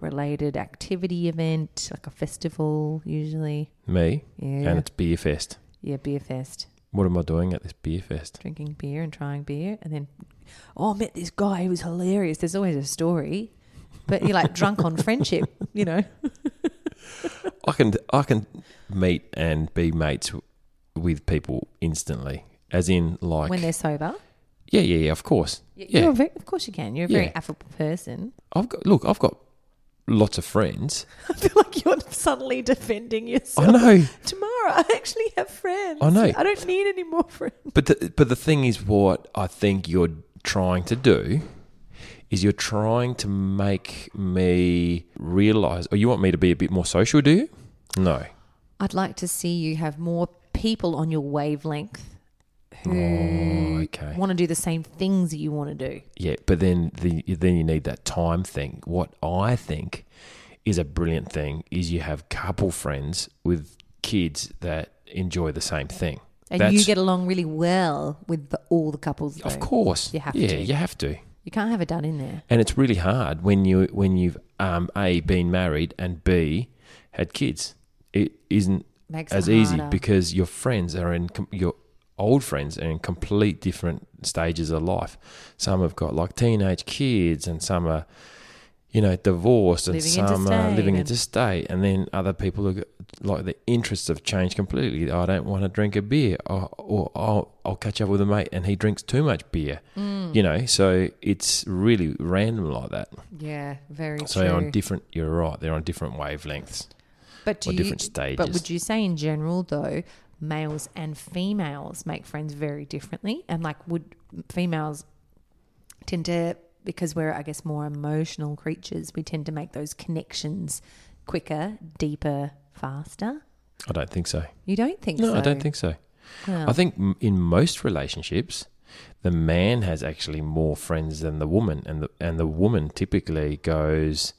[SPEAKER 1] related activity event, like a festival usually.
[SPEAKER 2] Me
[SPEAKER 1] Yeah.
[SPEAKER 2] and it's beer fest.
[SPEAKER 1] Yeah, beer fest.
[SPEAKER 2] What am I doing at this beer fest?
[SPEAKER 1] Drinking beer and trying beer and then oh, I met this guy, he was hilarious. There's always a story. But you're like drunk on friendship, you know.
[SPEAKER 2] I can I can meet and be mates w- with people instantly, as in [laughs] like
[SPEAKER 1] when they're sober.
[SPEAKER 2] yeah yeah yeah of course
[SPEAKER 1] Y-
[SPEAKER 2] yeah
[SPEAKER 1] You're a very, of course you can. You're a very
[SPEAKER 2] Yeah.
[SPEAKER 1] affable person. [laughs]
[SPEAKER 2] I've got look I've got lots of friends
[SPEAKER 1] I feel like you're suddenly defending
[SPEAKER 2] I
[SPEAKER 1] yourself.
[SPEAKER 2] know,
[SPEAKER 1] Tomorrow, I actually have friends.
[SPEAKER 2] I know.
[SPEAKER 1] I don't need any more friends.
[SPEAKER 2] but the, but the thing is, what I think you're trying to do is you're trying to make me realize, or you want me to be a bit more social, do you? No,
[SPEAKER 1] I'd like to see you have more people on your wavelength who
[SPEAKER 2] Oh, okay.
[SPEAKER 1] want to do the same things that you want to do.
[SPEAKER 2] yeah, but then the then you need that time thing. What I think is a brilliant thing is you have couple friends with kids that enjoy the same thing,
[SPEAKER 1] And you get along really well with the, all the couples.
[SPEAKER 2] of
[SPEAKER 1] though.
[SPEAKER 2] course,
[SPEAKER 1] You have
[SPEAKER 2] yeah,
[SPEAKER 1] to.
[SPEAKER 2] you have to.
[SPEAKER 1] You can't have a done in there.
[SPEAKER 2] and it's really hard when you when you've um, a been married and b had kids. It isn't
[SPEAKER 1] Makes
[SPEAKER 2] as
[SPEAKER 1] it
[SPEAKER 2] easy
[SPEAKER 1] harder.
[SPEAKER 2] because your friends are in com- your old friends are in complete different stages of life. Some have got like teenage kids, and some are you know divorced, and
[SPEAKER 1] Living
[SPEAKER 2] some are
[SPEAKER 1] interstate
[SPEAKER 2] living
[SPEAKER 1] and-
[SPEAKER 2] interstate, and then other people are like the interests have changed completely. I don't want to drink a beer, or, or I'll, I'll catch up with a mate and he drinks too much beer.
[SPEAKER 1] Mm.
[SPEAKER 2] You know, so it's really random like that.
[SPEAKER 1] Yeah, very
[SPEAKER 2] So
[SPEAKER 1] true.
[SPEAKER 2] they're on different. You're right. They're on different wavelengths.
[SPEAKER 1] But do
[SPEAKER 2] or
[SPEAKER 1] you,
[SPEAKER 2] different
[SPEAKER 1] But
[SPEAKER 2] stages.
[SPEAKER 1] would you say in general though, males and females make friends very differently? And like, would females tend to because we're I guess more emotional creatures, we tend to make those connections quicker, deeper, faster?
[SPEAKER 2] I don't think so.
[SPEAKER 1] You don't think
[SPEAKER 2] No,
[SPEAKER 1] so?
[SPEAKER 2] I don't think so.
[SPEAKER 1] Wow.
[SPEAKER 2] I think m- in most relationships, the man has actually more friends than the woman, and the and the woman typically goes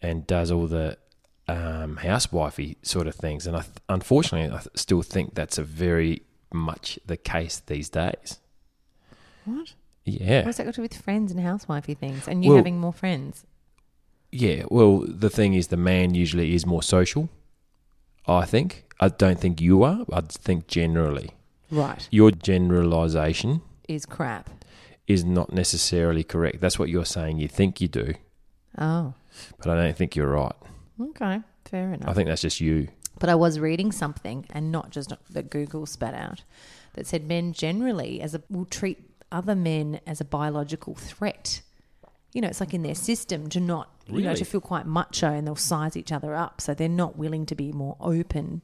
[SPEAKER 2] and does all the um, housewifey sort of things. And I th- unfortunately, I th- still think that's a very much the case these days.
[SPEAKER 1] What?
[SPEAKER 2] Yeah,
[SPEAKER 1] What's that got to do with friends and housewifey things? And you
[SPEAKER 2] Well-
[SPEAKER 1] having more friends?
[SPEAKER 2] yeah. Well, the thing is, the man usually is more social. I think. I don't think you are. I think generally,
[SPEAKER 1] Right.
[SPEAKER 2] your generalization
[SPEAKER 1] Is crap.
[SPEAKER 2] is not necessarily correct. That's what you're saying. You think you do,
[SPEAKER 1] Oh.
[SPEAKER 2] but I don't think you're right.
[SPEAKER 1] Okay. Fair enough.
[SPEAKER 2] I think that's just you.
[SPEAKER 1] But I was reading something, and not just that Google spat out, that said men generally as a will treat other men as a biological threat. You know, it's like in their system to not, you know,
[SPEAKER 2] Really?
[SPEAKER 1] to feel quite macho, and they'll size each other up, so they're not willing to be more open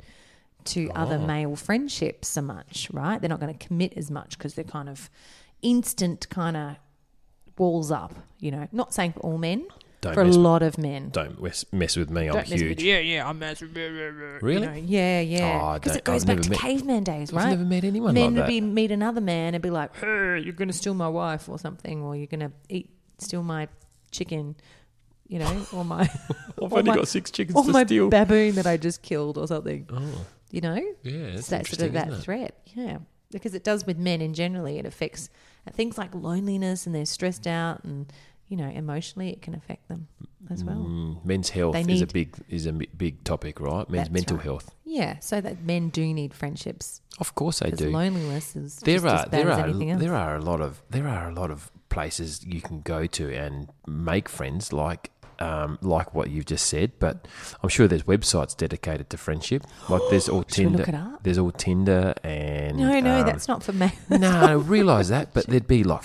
[SPEAKER 1] to other
[SPEAKER 2] Oh.
[SPEAKER 1] male friendships so much, right? They're not going to commit as much because they're kind of instant, kind of walls up. You know, not saying for all men,
[SPEAKER 2] Don't
[SPEAKER 1] for a
[SPEAKER 2] mess-
[SPEAKER 1] lot of men.
[SPEAKER 2] Don't mess, mess with me. I'm
[SPEAKER 1] Don't mess with-
[SPEAKER 2] huge.
[SPEAKER 6] Yeah, yeah, I'm massive.
[SPEAKER 2] really?
[SPEAKER 1] Yeah,
[SPEAKER 2] Oh,
[SPEAKER 1] yeah.
[SPEAKER 2] I
[SPEAKER 1] Because
[SPEAKER 2] don't-
[SPEAKER 1] it goes
[SPEAKER 2] I've
[SPEAKER 1] back
[SPEAKER 2] never
[SPEAKER 1] to
[SPEAKER 2] met-
[SPEAKER 1] caveman days, right?
[SPEAKER 2] never met anyone
[SPEAKER 1] Men
[SPEAKER 2] like
[SPEAKER 1] would
[SPEAKER 2] that.
[SPEAKER 1] be meet another man and be like, "Hey, you're going to steal my wife or something, or you're going to eat steal my chicken, you know, or my
[SPEAKER 2] [laughs] I've
[SPEAKER 1] only my- got
[SPEAKER 2] six chickens
[SPEAKER 1] or my baboon that I just killed or something."
[SPEAKER 2] Oh,
[SPEAKER 1] You know,
[SPEAKER 2] yeah.
[SPEAKER 1] it's that sort of that threat, yeah. Because it does with men, and generally, it affects uh, things like loneliness, and they're stressed out, and you know, emotionally, it can affect them as well.
[SPEAKER 2] Mm. men's health
[SPEAKER 1] They
[SPEAKER 2] is a
[SPEAKER 1] need-
[SPEAKER 2] big is a mi- big topic, right? Men's
[SPEAKER 1] That's
[SPEAKER 2] mental
[SPEAKER 1] right.
[SPEAKER 2] health.
[SPEAKER 1] Yeah, so that men do need friendships
[SPEAKER 2] Of course, they
[SPEAKER 1] because
[SPEAKER 2] do.
[SPEAKER 1] loneliness is
[SPEAKER 2] there
[SPEAKER 1] just
[SPEAKER 2] are
[SPEAKER 1] as bad
[SPEAKER 2] there
[SPEAKER 1] as
[SPEAKER 2] are
[SPEAKER 1] anything else.
[SPEAKER 2] there are a lot of there are a lot of places you can go to and make friends like um, like what you've just said, but I'm sure there's websites dedicated to friendship. Like there's all
[SPEAKER 1] [gasps] Should we
[SPEAKER 2] Tinder.
[SPEAKER 1] look it up?
[SPEAKER 2] There's all Tinder and
[SPEAKER 1] No, no,
[SPEAKER 2] um, [laughs]
[SPEAKER 1] that's not for me.
[SPEAKER 2] no, I realise that, but there'd be like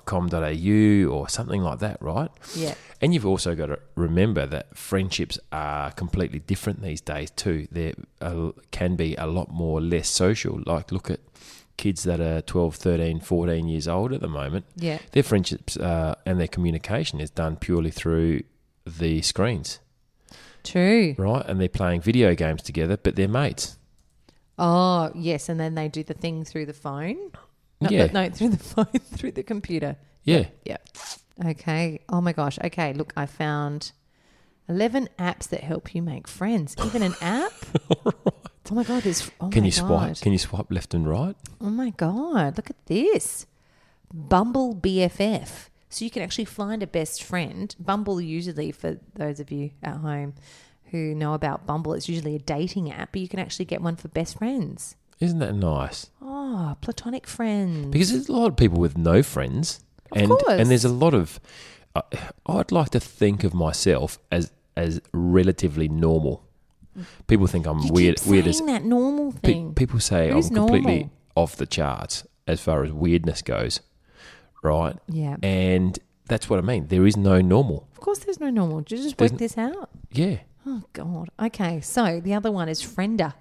[SPEAKER 2] findafriend.com.au or something like that, right?
[SPEAKER 1] [laughs] Yeah.
[SPEAKER 2] And you've also got to remember that friendships are completely different these days too. They uh, can be a lot more less social. Like look at kids that are 12, 13, 14 years old at the moment.
[SPEAKER 1] Yeah.
[SPEAKER 2] Their friendships uh, and their communication is done purely through the screens,
[SPEAKER 1] True.
[SPEAKER 2] right? And they're playing video games together, but they're mates.
[SPEAKER 1] Oh, yes. And then they do the thing through the phone. No,
[SPEAKER 2] Yeah.
[SPEAKER 1] No, through the [laughs] phone, through the computer.
[SPEAKER 2] Yeah.
[SPEAKER 1] Yeah. Okay. Oh my gosh. Okay. Look, I found 11 apps that help you make friends. Even an
[SPEAKER 2] [laughs]
[SPEAKER 1] app? Oh my God. There's, oh
[SPEAKER 2] Can
[SPEAKER 1] my
[SPEAKER 2] you
[SPEAKER 1] God.
[SPEAKER 2] swipe? Can you swipe left and right?
[SPEAKER 1] Oh my God. Look at this Bumble BFF. So you can actually find a best friend. Bumble, usually, for those of you at home who know about Bumble, it's usually a dating app, but you can actually get one for best friends.
[SPEAKER 2] Isn't that nice?
[SPEAKER 1] Oh, platonic friends.
[SPEAKER 2] because there's a lot of people with no friends, and
[SPEAKER 1] course.
[SPEAKER 2] and there's a lot of. Uh, I'd like to think of myself as as relatively normal. People think I'm
[SPEAKER 1] you
[SPEAKER 2] weird.
[SPEAKER 1] keep
[SPEAKER 2] Weird
[SPEAKER 1] saying
[SPEAKER 2] as
[SPEAKER 1] that normal
[SPEAKER 2] pe-
[SPEAKER 1] thing.
[SPEAKER 2] people say,
[SPEAKER 1] Who's
[SPEAKER 2] I'm completely
[SPEAKER 1] normal?
[SPEAKER 2] off the charts as far as weirdness goes, right?
[SPEAKER 1] Yeah.
[SPEAKER 2] And that's what I mean. There is no normal.
[SPEAKER 1] Of course, there's no normal. Did you just work
[SPEAKER 2] There's n-
[SPEAKER 1] this out?
[SPEAKER 2] Yeah.
[SPEAKER 1] Oh God. Okay. So the other one is Friender.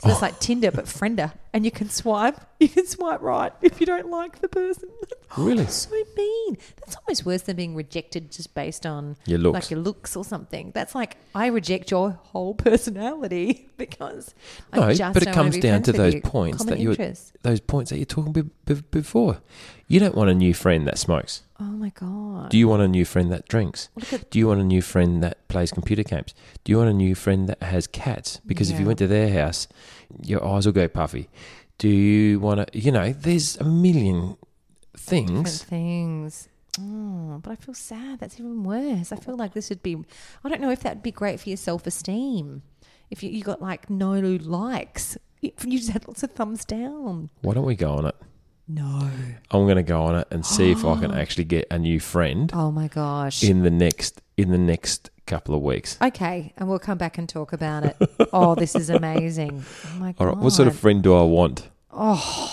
[SPEAKER 1] So
[SPEAKER 2] Oh.
[SPEAKER 1] it's like Tinder but Friender, and you can swipe. [laughs] You can swipe right if you don't like the person. [laughs]
[SPEAKER 2] Really?
[SPEAKER 1] so mean. That's almost worse than being rejected just based on
[SPEAKER 2] Your looks.
[SPEAKER 1] like your looks or something. That's like I reject your whole [laughs] personality because
[SPEAKER 2] No,
[SPEAKER 1] I just
[SPEAKER 2] but it
[SPEAKER 1] don't wanna
[SPEAKER 2] comes
[SPEAKER 1] be
[SPEAKER 2] down
[SPEAKER 1] friends
[SPEAKER 2] to
[SPEAKER 1] with
[SPEAKER 2] those
[SPEAKER 1] you.
[SPEAKER 2] points
[SPEAKER 1] Common
[SPEAKER 2] that you were,
[SPEAKER 1] interests.
[SPEAKER 2] those points that you're talking be- be- before. You don't want a new friend that smokes.
[SPEAKER 1] Oh my God.
[SPEAKER 2] Do you want a new friend that drinks? Do you want a new friend that plays computer games? Do you want a new friend that has cats? Because if you
[SPEAKER 1] Yeah.
[SPEAKER 2] went to their house, your eyes will go puffy. Do you want to, you know, there's a million
[SPEAKER 1] different
[SPEAKER 2] things.
[SPEAKER 1] things. Oh, but I feel sad. That's even worse. I feel like this would be. I don't know if that would be great for your self esteem. If you, you got like no likes, if you just had lots of thumbs down.
[SPEAKER 2] Why don't we go on it?
[SPEAKER 1] No.
[SPEAKER 2] I'm going to go on it and see if I
[SPEAKER 1] [gasps]
[SPEAKER 2] can actually get a new friend
[SPEAKER 1] Oh my gosh.
[SPEAKER 2] in the next in the next couple of weeks.
[SPEAKER 1] okay, and we'll come back and talk about it. oh, this is amazing. Oh my
[SPEAKER 2] All
[SPEAKER 1] god.
[SPEAKER 2] right, what sort of friend do I want?
[SPEAKER 1] Oh.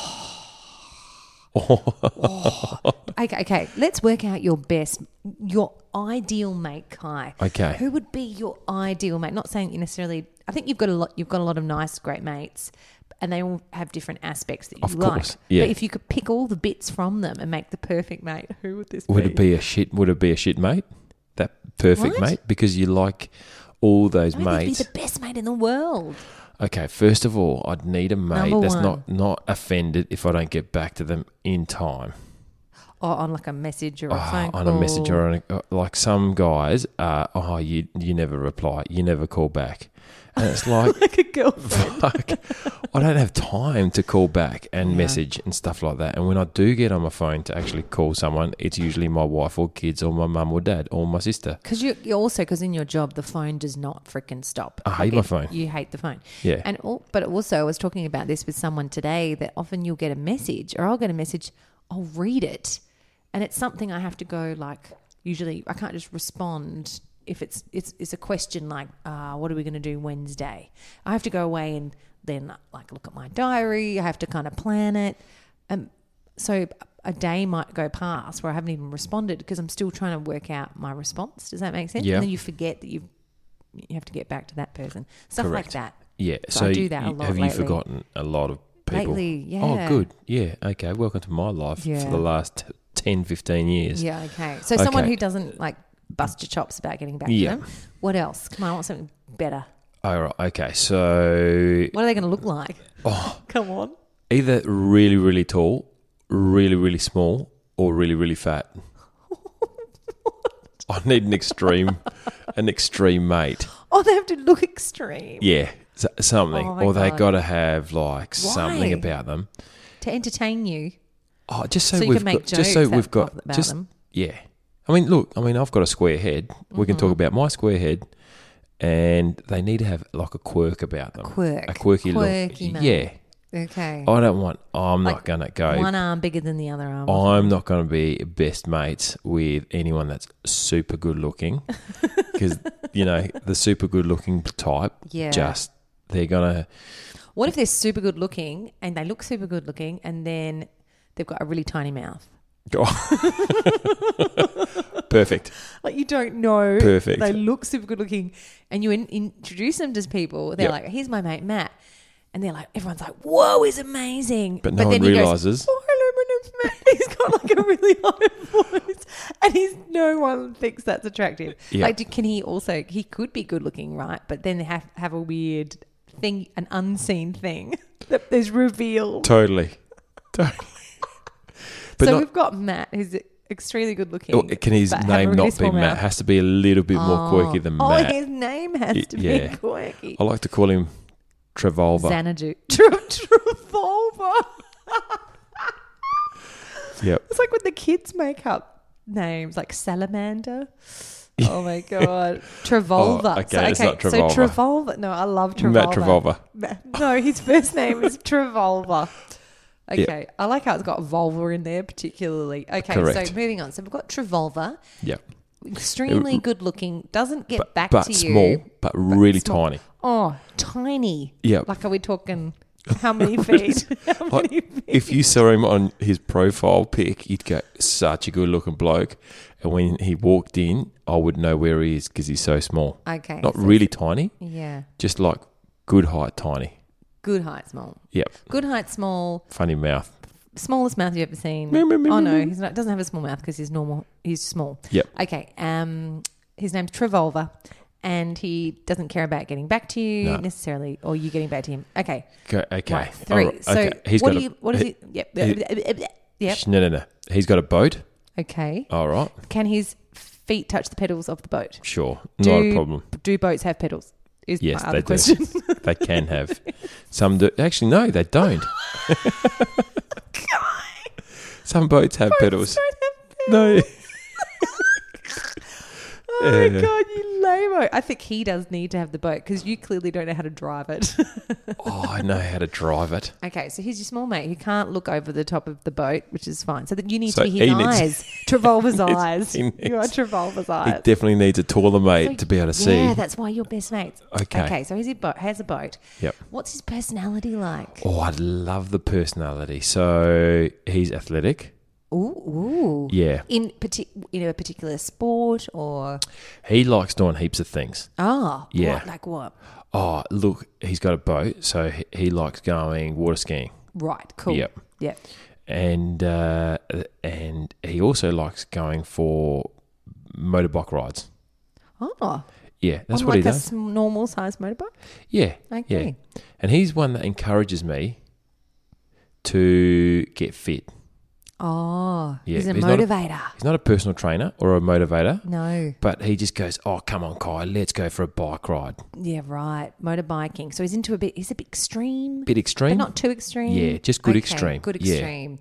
[SPEAKER 1] Okay, okay. Let's work out your best, your ideal mate, Kai.
[SPEAKER 2] [laughs] Okay.
[SPEAKER 1] Who would be your ideal mate? Not saying you necessarily. I think you've got a lot. You've got a lot of nice, great mates, and they all have different aspects that you
[SPEAKER 2] Of
[SPEAKER 1] like.
[SPEAKER 2] course, yeah.
[SPEAKER 1] But if you could pick all the bits from them and make the perfect mate, who would this
[SPEAKER 2] Would
[SPEAKER 1] be?
[SPEAKER 2] it be a shit? Would it be a shit mate? That perfect
[SPEAKER 1] What?
[SPEAKER 2] mate because you like all those
[SPEAKER 1] No, they'd
[SPEAKER 2] mates.
[SPEAKER 1] be the best mate in the world.
[SPEAKER 2] Okay, first of all, I'd need a mate
[SPEAKER 1] Number
[SPEAKER 2] that's
[SPEAKER 1] one.
[SPEAKER 2] not not offended if I don't get back to them in time.
[SPEAKER 1] Or on like a message or a
[SPEAKER 2] Ah,
[SPEAKER 1] phone
[SPEAKER 2] on a message
[SPEAKER 1] call.
[SPEAKER 2] or on a, uh, like some guys, uh, oh you you never reply, you never call back, and
[SPEAKER 1] [laughs]
[SPEAKER 2] it's like
[SPEAKER 1] like a girlfriend.
[SPEAKER 2] fuck, I don't have time to call back and message and stuff like that. And when I do get on my phone to actually call someone, it's usually my wife or kids or my mum or dad or my sister.
[SPEAKER 1] Because you you also because in your job the phone does not freaking stop.
[SPEAKER 2] I
[SPEAKER 1] Like,
[SPEAKER 2] hate my
[SPEAKER 1] it-
[SPEAKER 2] phone.
[SPEAKER 1] You hate the phone.
[SPEAKER 2] Yeah.
[SPEAKER 1] And all, but also I was talking about this with someone today that often you'll get a message or I'll get a message. I'll read it, and it's something I have to go like. Usually I can't just respond if it's it's it's a question like uh, what are we going to do Wednesday? I have to go away and then like look at my diary. I have to kind of plan it. Um, so a day might go past where I haven't even responded because I'm still trying to work out my response. Does that make sense?
[SPEAKER 2] Yeah.
[SPEAKER 1] And then you forget that you you have to get back to that person. Stuff
[SPEAKER 2] Correct.
[SPEAKER 1] like that.
[SPEAKER 2] Yeah,
[SPEAKER 1] So
[SPEAKER 2] so,
[SPEAKER 1] I do that a
[SPEAKER 2] you-
[SPEAKER 1] lot
[SPEAKER 2] have you
[SPEAKER 1] lately.
[SPEAKER 2] forgotten a lot of people?
[SPEAKER 1] Lately,
[SPEAKER 2] Oh,
[SPEAKER 1] yeah.
[SPEAKER 2] good. Yeah, okay. Welcome to my life for
[SPEAKER 1] Yeah.
[SPEAKER 2] the last 10, 15 years.
[SPEAKER 1] Yeah. Okay. So someone
[SPEAKER 2] Okay.
[SPEAKER 1] who doesn't like bust your chops about getting back
[SPEAKER 2] Yeah.
[SPEAKER 1] to them. What else? Come on, I want something better.
[SPEAKER 2] All right. Okay. So
[SPEAKER 1] What are they going to look like? Oh, [laughs] come on.
[SPEAKER 2] either really, really tall, really, really small, or really, really
[SPEAKER 1] [laughs]
[SPEAKER 2] fat. I need an extreme, an extreme mate.
[SPEAKER 1] Oh, they have to look extreme
[SPEAKER 2] Yeah, s- something.
[SPEAKER 1] Oh my
[SPEAKER 2] or they
[SPEAKER 1] God.
[SPEAKER 2] got to have like something
[SPEAKER 1] Why?
[SPEAKER 2] about them.
[SPEAKER 1] to entertain you.
[SPEAKER 2] Oh, just so,
[SPEAKER 1] So you can
[SPEAKER 2] we've
[SPEAKER 1] make
[SPEAKER 2] got, just so
[SPEAKER 1] jokes
[SPEAKER 2] we've
[SPEAKER 1] ab-
[SPEAKER 2] got
[SPEAKER 1] about
[SPEAKER 2] just
[SPEAKER 1] them.
[SPEAKER 2] yeah. I mean, look. I mean, I've got a square head. We can
[SPEAKER 1] Mm-hmm.
[SPEAKER 2] talk about my square head, and they need to have like a quirk about them.
[SPEAKER 1] quirk.
[SPEAKER 2] a quirky,
[SPEAKER 1] Quirky
[SPEAKER 2] look.
[SPEAKER 1] mate.
[SPEAKER 2] Yeah,
[SPEAKER 1] Okay.
[SPEAKER 2] I don't want. I'm
[SPEAKER 1] Like,
[SPEAKER 2] not gonna go.
[SPEAKER 1] One arm bigger than the other arm.
[SPEAKER 2] I'm not going to be best mates with anyone that's super good looking
[SPEAKER 1] [laughs]
[SPEAKER 2] because, you know, the super good looking type
[SPEAKER 1] Yeah.
[SPEAKER 2] just, they're going [laughs] to,
[SPEAKER 1] What if they're super good looking and they look super good looking and then they've got a really tiny
[SPEAKER 2] [laughs]
[SPEAKER 1] mouth?
[SPEAKER 2] Oh, perfect.
[SPEAKER 1] Like you don't know.
[SPEAKER 2] Perfect.
[SPEAKER 1] They look super good looking, and you in, introduce them to people. They're
[SPEAKER 2] Yep.
[SPEAKER 1] like, "Here's my mate Matt," and they're like, "Everyone's like, whoa, he's amazing."
[SPEAKER 2] But no one
[SPEAKER 1] he goes,
[SPEAKER 2] realises.
[SPEAKER 1] "Oh, hello, my name's Matt." [laughs] He's got like a really high voice, and he's no one thinks that's attractive.
[SPEAKER 2] Yeah.
[SPEAKER 1] Like, do, can he also? He could be good looking, right? But then have have a weird thing, an unseen thing [laughs] that is revealed. [laughs]
[SPEAKER 2] Totally. Totally. But
[SPEAKER 1] so
[SPEAKER 2] not-
[SPEAKER 1] we've got Matt, who's extremely good looking.
[SPEAKER 2] oh, can his
[SPEAKER 1] but have a
[SPEAKER 2] name
[SPEAKER 1] really
[SPEAKER 2] not be
[SPEAKER 1] small
[SPEAKER 2] Matt?
[SPEAKER 1] mouth.
[SPEAKER 2] Has to be a little bit more quirky than
[SPEAKER 1] oh,
[SPEAKER 2] Matt.
[SPEAKER 1] his name has
[SPEAKER 2] Y-
[SPEAKER 1] to
[SPEAKER 2] yeah.
[SPEAKER 1] be [laughs] quirky.
[SPEAKER 2] I like to call him Travolva.
[SPEAKER 1] Xanadu. [laughs] Tra- Travolva.
[SPEAKER 2] yep.
[SPEAKER 1] It's like when the kids make up names, like Salamander.
[SPEAKER 2] [laughs]
[SPEAKER 1] Oh my God. Travolva.
[SPEAKER 2] Oh, okay, it's not
[SPEAKER 1] So Travolva. No, I love Travolva.
[SPEAKER 2] Matt Travolva.
[SPEAKER 1] Ma- No, his first name is Travolva.
[SPEAKER 2] [laughs]
[SPEAKER 1] Okay, I like how it's got Volva in there particularly. Okay,
[SPEAKER 2] Correct.
[SPEAKER 1] so moving on. So we've got Travolva,
[SPEAKER 2] Yep.
[SPEAKER 1] extremely good looking, doesn't get
[SPEAKER 2] Uh, But,
[SPEAKER 1] back
[SPEAKER 2] but
[SPEAKER 1] to you.
[SPEAKER 2] small, but really
[SPEAKER 1] small.
[SPEAKER 2] tiny.
[SPEAKER 1] Oh, tiny.
[SPEAKER 2] Yeah.
[SPEAKER 1] Like, are we talking how
[SPEAKER 2] [laughs]
[SPEAKER 1] many feet? how
[SPEAKER 2] Like,
[SPEAKER 1] many feet?
[SPEAKER 2] if you saw him on his profile pic, you'd go, such a good looking bloke. And when he walked in, I would know where he is because he's so small.
[SPEAKER 1] Okay.
[SPEAKER 2] Not
[SPEAKER 1] so-
[SPEAKER 2] really tiny,
[SPEAKER 1] Yeah.
[SPEAKER 2] just like good height tiny.
[SPEAKER 1] Good height, small.
[SPEAKER 2] Yep.
[SPEAKER 1] Good height, small.
[SPEAKER 2] Funny mouth.
[SPEAKER 1] Smallest mouth you've ever seen.
[SPEAKER 2] Meow, meow, meow,
[SPEAKER 1] oh,
[SPEAKER 2] meow,
[SPEAKER 1] no.
[SPEAKER 2] meow.
[SPEAKER 1] He's not, doesn't have a small mouth because he's normal. He's small.
[SPEAKER 2] Yep.
[SPEAKER 1] Okay. Um, his name's Travolva. And he doesn't care about getting back to you
[SPEAKER 2] No.
[SPEAKER 1] necessarily, or you getting back to him. Okay,
[SPEAKER 2] Go, okay.
[SPEAKER 1] right, three.
[SPEAKER 2] All right,
[SPEAKER 1] So, what do you? What is
[SPEAKER 2] he-
[SPEAKER 1] it? Yep, yep.
[SPEAKER 2] Shh, No, no, no. He's got a boat.
[SPEAKER 1] Okay.
[SPEAKER 2] All right.
[SPEAKER 1] Can his feet touch the pedals of the boat?
[SPEAKER 2] Sure.
[SPEAKER 1] do,
[SPEAKER 2] Not a problem.
[SPEAKER 1] Do boats have pedals? Is
[SPEAKER 2] Yes,
[SPEAKER 1] my
[SPEAKER 2] they
[SPEAKER 1] other
[SPEAKER 2] do. [laughs]
[SPEAKER 1] question. [laughs]
[SPEAKER 2] They can have. Some do. Actually, no, they don't. Some boats have pedals.
[SPEAKER 1] Don't have pedals.
[SPEAKER 2] No.
[SPEAKER 1] Oh my
[SPEAKER 2] Yeah.
[SPEAKER 1] god, you lame I think he does need to have the boat because you clearly don't know how to drive it.
[SPEAKER 2] Oh, I know how to drive it.
[SPEAKER 1] okay, so here's your small mate who can't look over the top of the boat, which is fine. So that you need
[SPEAKER 2] So
[SPEAKER 1] to be
[SPEAKER 2] he
[SPEAKER 1] his
[SPEAKER 2] needs- [laughs]
[SPEAKER 1] eyes, Travolva's eyes.
[SPEAKER 2] he needs-
[SPEAKER 1] You are Travolva's
[SPEAKER 2] He
[SPEAKER 1] eyes.
[SPEAKER 2] definitely needs a taller mate to be able to
[SPEAKER 1] Uh, Yeah,
[SPEAKER 2] see.
[SPEAKER 1] that's why you're best mates.
[SPEAKER 2] Okay.
[SPEAKER 1] Okay, so he's a boat. Has a boat.
[SPEAKER 2] Yep.
[SPEAKER 1] What's his personality like?
[SPEAKER 2] Oh, I love the personality. So he's athletic.
[SPEAKER 1] Ooh, ooh.
[SPEAKER 2] Yeah.
[SPEAKER 1] In partic- in a particular sport or
[SPEAKER 2] He likes doing heaps of things.
[SPEAKER 1] oh
[SPEAKER 2] Yeah.
[SPEAKER 1] what, like what?
[SPEAKER 2] Oh, look, he's got a boat. So he, he likes going water skiing.
[SPEAKER 1] Right. Cool.
[SPEAKER 2] Yep.
[SPEAKER 1] Yep.
[SPEAKER 2] And, uh, and he also likes going for motorbike rides.
[SPEAKER 1] Oh,
[SPEAKER 2] Yeah, that's
[SPEAKER 1] on
[SPEAKER 2] what
[SPEAKER 1] like
[SPEAKER 2] he
[SPEAKER 1] a
[SPEAKER 2] does.
[SPEAKER 1] sm- normal sized motorbike.
[SPEAKER 2] Yeah.
[SPEAKER 1] Okay.
[SPEAKER 2] Yeah. And he's one that encourages me to get fit.
[SPEAKER 1] Oh,
[SPEAKER 2] Yeah,
[SPEAKER 1] he's a
[SPEAKER 2] he's not a-
[SPEAKER 1] motivator.
[SPEAKER 2] He's not a personal trainer or a motivator.
[SPEAKER 1] no,
[SPEAKER 2] But he just goes, "Oh, come on, Kai, let's go for a bike ride."
[SPEAKER 1] yeah, right. Motorbiking. So he's into a bit. He's a bit extreme,
[SPEAKER 2] Bit extreme.
[SPEAKER 1] but not too extreme.
[SPEAKER 2] Yeah, just good
[SPEAKER 1] Okay,
[SPEAKER 2] extreme.
[SPEAKER 1] Good
[SPEAKER 2] Yeah.
[SPEAKER 1] extreme.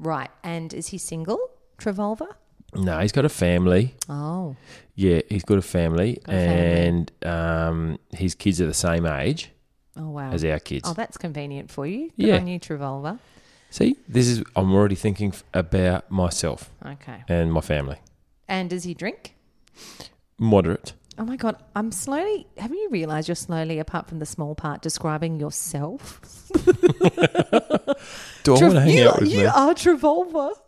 [SPEAKER 1] Right. And is he single? Travolva.
[SPEAKER 2] no, he's got a family.
[SPEAKER 1] Oh,
[SPEAKER 2] Yeah, he's got a family,
[SPEAKER 1] a family.
[SPEAKER 2] and Um, his kids are the same age
[SPEAKER 1] oh wow.
[SPEAKER 2] as our kids.
[SPEAKER 1] Oh, that's convenient for you. Good
[SPEAKER 2] Yeah.
[SPEAKER 1] on you, Travolva.
[SPEAKER 2] See, this is I'm already thinking f- about myself
[SPEAKER 1] Okay.
[SPEAKER 2] and my family.
[SPEAKER 1] And does he drink?
[SPEAKER 2] Moderate.
[SPEAKER 1] Oh my god, I'm slowly. Have you realised you're slowly, apart from the small part, describing yourself?
[SPEAKER 2] Do I
[SPEAKER 1] Trav-
[SPEAKER 2] want to hang
[SPEAKER 1] you
[SPEAKER 2] out with
[SPEAKER 1] you
[SPEAKER 2] me?
[SPEAKER 1] are Travolva. [laughs]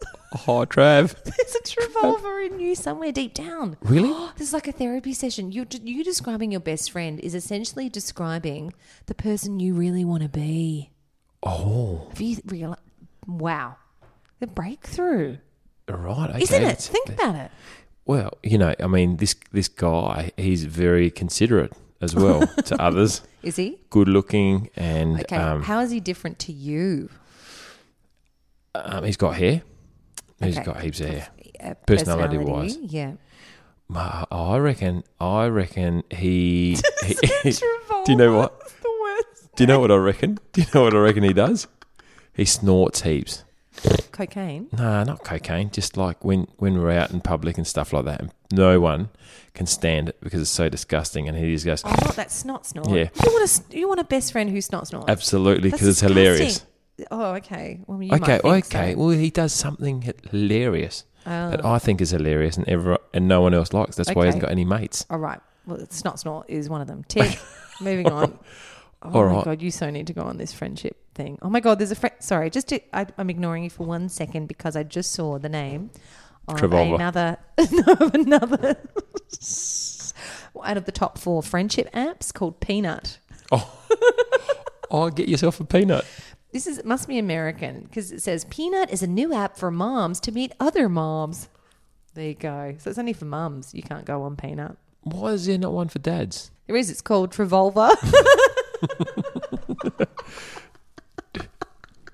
[SPEAKER 2] Oh, Trav.
[SPEAKER 1] There's a Travolva in you somewhere deep down.
[SPEAKER 2] Really?
[SPEAKER 1] this is like a therapy session. You you describing your best friend is essentially describing the person you really want to be.
[SPEAKER 2] Oh,
[SPEAKER 1] Have you real? Wow, the breakthrough,
[SPEAKER 2] right. Okay.
[SPEAKER 1] isn't it?
[SPEAKER 2] that's-
[SPEAKER 1] Think about it.
[SPEAKER 2] Well, you know, I mean, this this guy, he's very considerate as well
[SPEAKER 1] [laughs]
[SPEAKER 2] to others.
[SPEAKER 1] Is he
[SPEAKER 2] Good looking, and
[SPEAKER 1] okay?
[SPEAKER 2] um,
[SPEAKER 1] How is he different to you?
[SPEAKER 2] Um, he's got hair. He's
[SPEAKER 1] Okay.
[SPEAKER 2] got heaps of hair.
[SPEAKER 1] Uh,
[SPEAKER 2] Personality wise.
[SPEAKER 1] yeah.
[SPEAKER 2] Ma- I reckon. I reckon
[SPEAKER 1] [laughs]
[SPEAKER 2] he. he-
[SPEAKER 1] Travolva
[SPEAKER 2] do you know what?
[SPEAKER 1] is the worst.
[SPEAKER 2] [laughs] Do you know what I reckon? Do you know what I reckon he does? He snorts heaps.
[SPEAKER 1] cocaine?
[SPEAKER 2] Nah, not cocaine. Just like when, when we're out in public and stuff like that, and no one can stand it because it's so disgusting. And he just goes,
[SPEAKER 1] Oh, not that snot snort.
[SPEAKER 2] Yeah.
[SPEAKER 1] You want a s- you want a best friend who snot snorts.
[SPEAKER 2] absolutely,
[SPEAKER 1] That's
[SPEAKER 2] because it's
[SPEAKER 1] disgusting.
[SPEAKER 2] hilarious.
[SPEAKER 1] Oh, okay. Well, you
[SPEAKER 2] Okay,
[SPEAKER 1] might think so. Oh.
[SPEAKER 2] okay. Well, he does something hilarious that I think is hilarious, and ever and no one else likes. That's why he hasn't
[SPEAKER 1] Okay.
[SPEAKER 2] got any mates.
[SPEAKER 1] All right. Well, snot snort is one of them.
[SPEAKER 2] [laughs]
[SPEAKER 1] Tick. Moving on. Oh
[SPEAKER 2] All
[SPEAKER 1] my
[SPEAKER 2] right.
[SPEAKER 1] god, you so need to go on this friendship thing. Oh my god, there's a friend. Sorry, just to, I, I'm ignoring you for one second because I just saw the name of
[SPEAKER 2] Travolta.
[SPEAKER 1] another [laughs] of another [laughs] out of the top four friendship apps called Peanut.
[SPEAKER 2] Oh, get yourself a peanut.
[SPEAKER 1] This is must be American because it says Peanut is a new app for moms to meet other moms. There you go. So it's only for mums. You can't go on Peanut.
[SPEAKER 2] Why is there not one for dads?
[SPEAKER 1] There is. It's called [laughs] Travolva.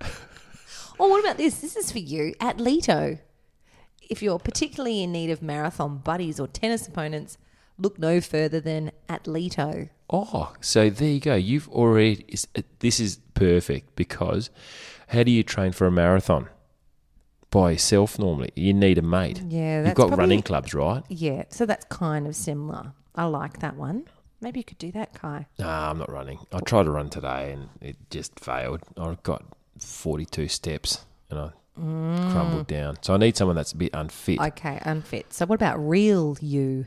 [SPEAKER 1] oh, what about this? This is for you, Atleto. If you're particularly in need of marathon buddies or tennis opponents, look no further than Atleto.
[SPEAKER 2] Oh, so there you go. You've already. Is, this is perfect because how do you train for a marathon? By yourself normally. You need a mate.
[SPEAKER 1] Yeah,
[SPEAKER 2] You've
[SPEAKER 1] that's
[SPEAKER 2] got
[SPEAKER 1] probably-
[SPEAKER 2] running clubs, right?
[SPEAKER 1] Yeah, so that's kind of similar. I like that one. Maybe you could do that, Kai.
[SPEAKER 2] Nah, I'm not running. I tried to run today and it just failed. I've got 42 steps and I
[SPEAKER 1] Mm.
[SPEAKER 2] crumbled down. So I need someone that's a bit unfit.
[SPEAKER 1] Okay, unfit. So what about real you?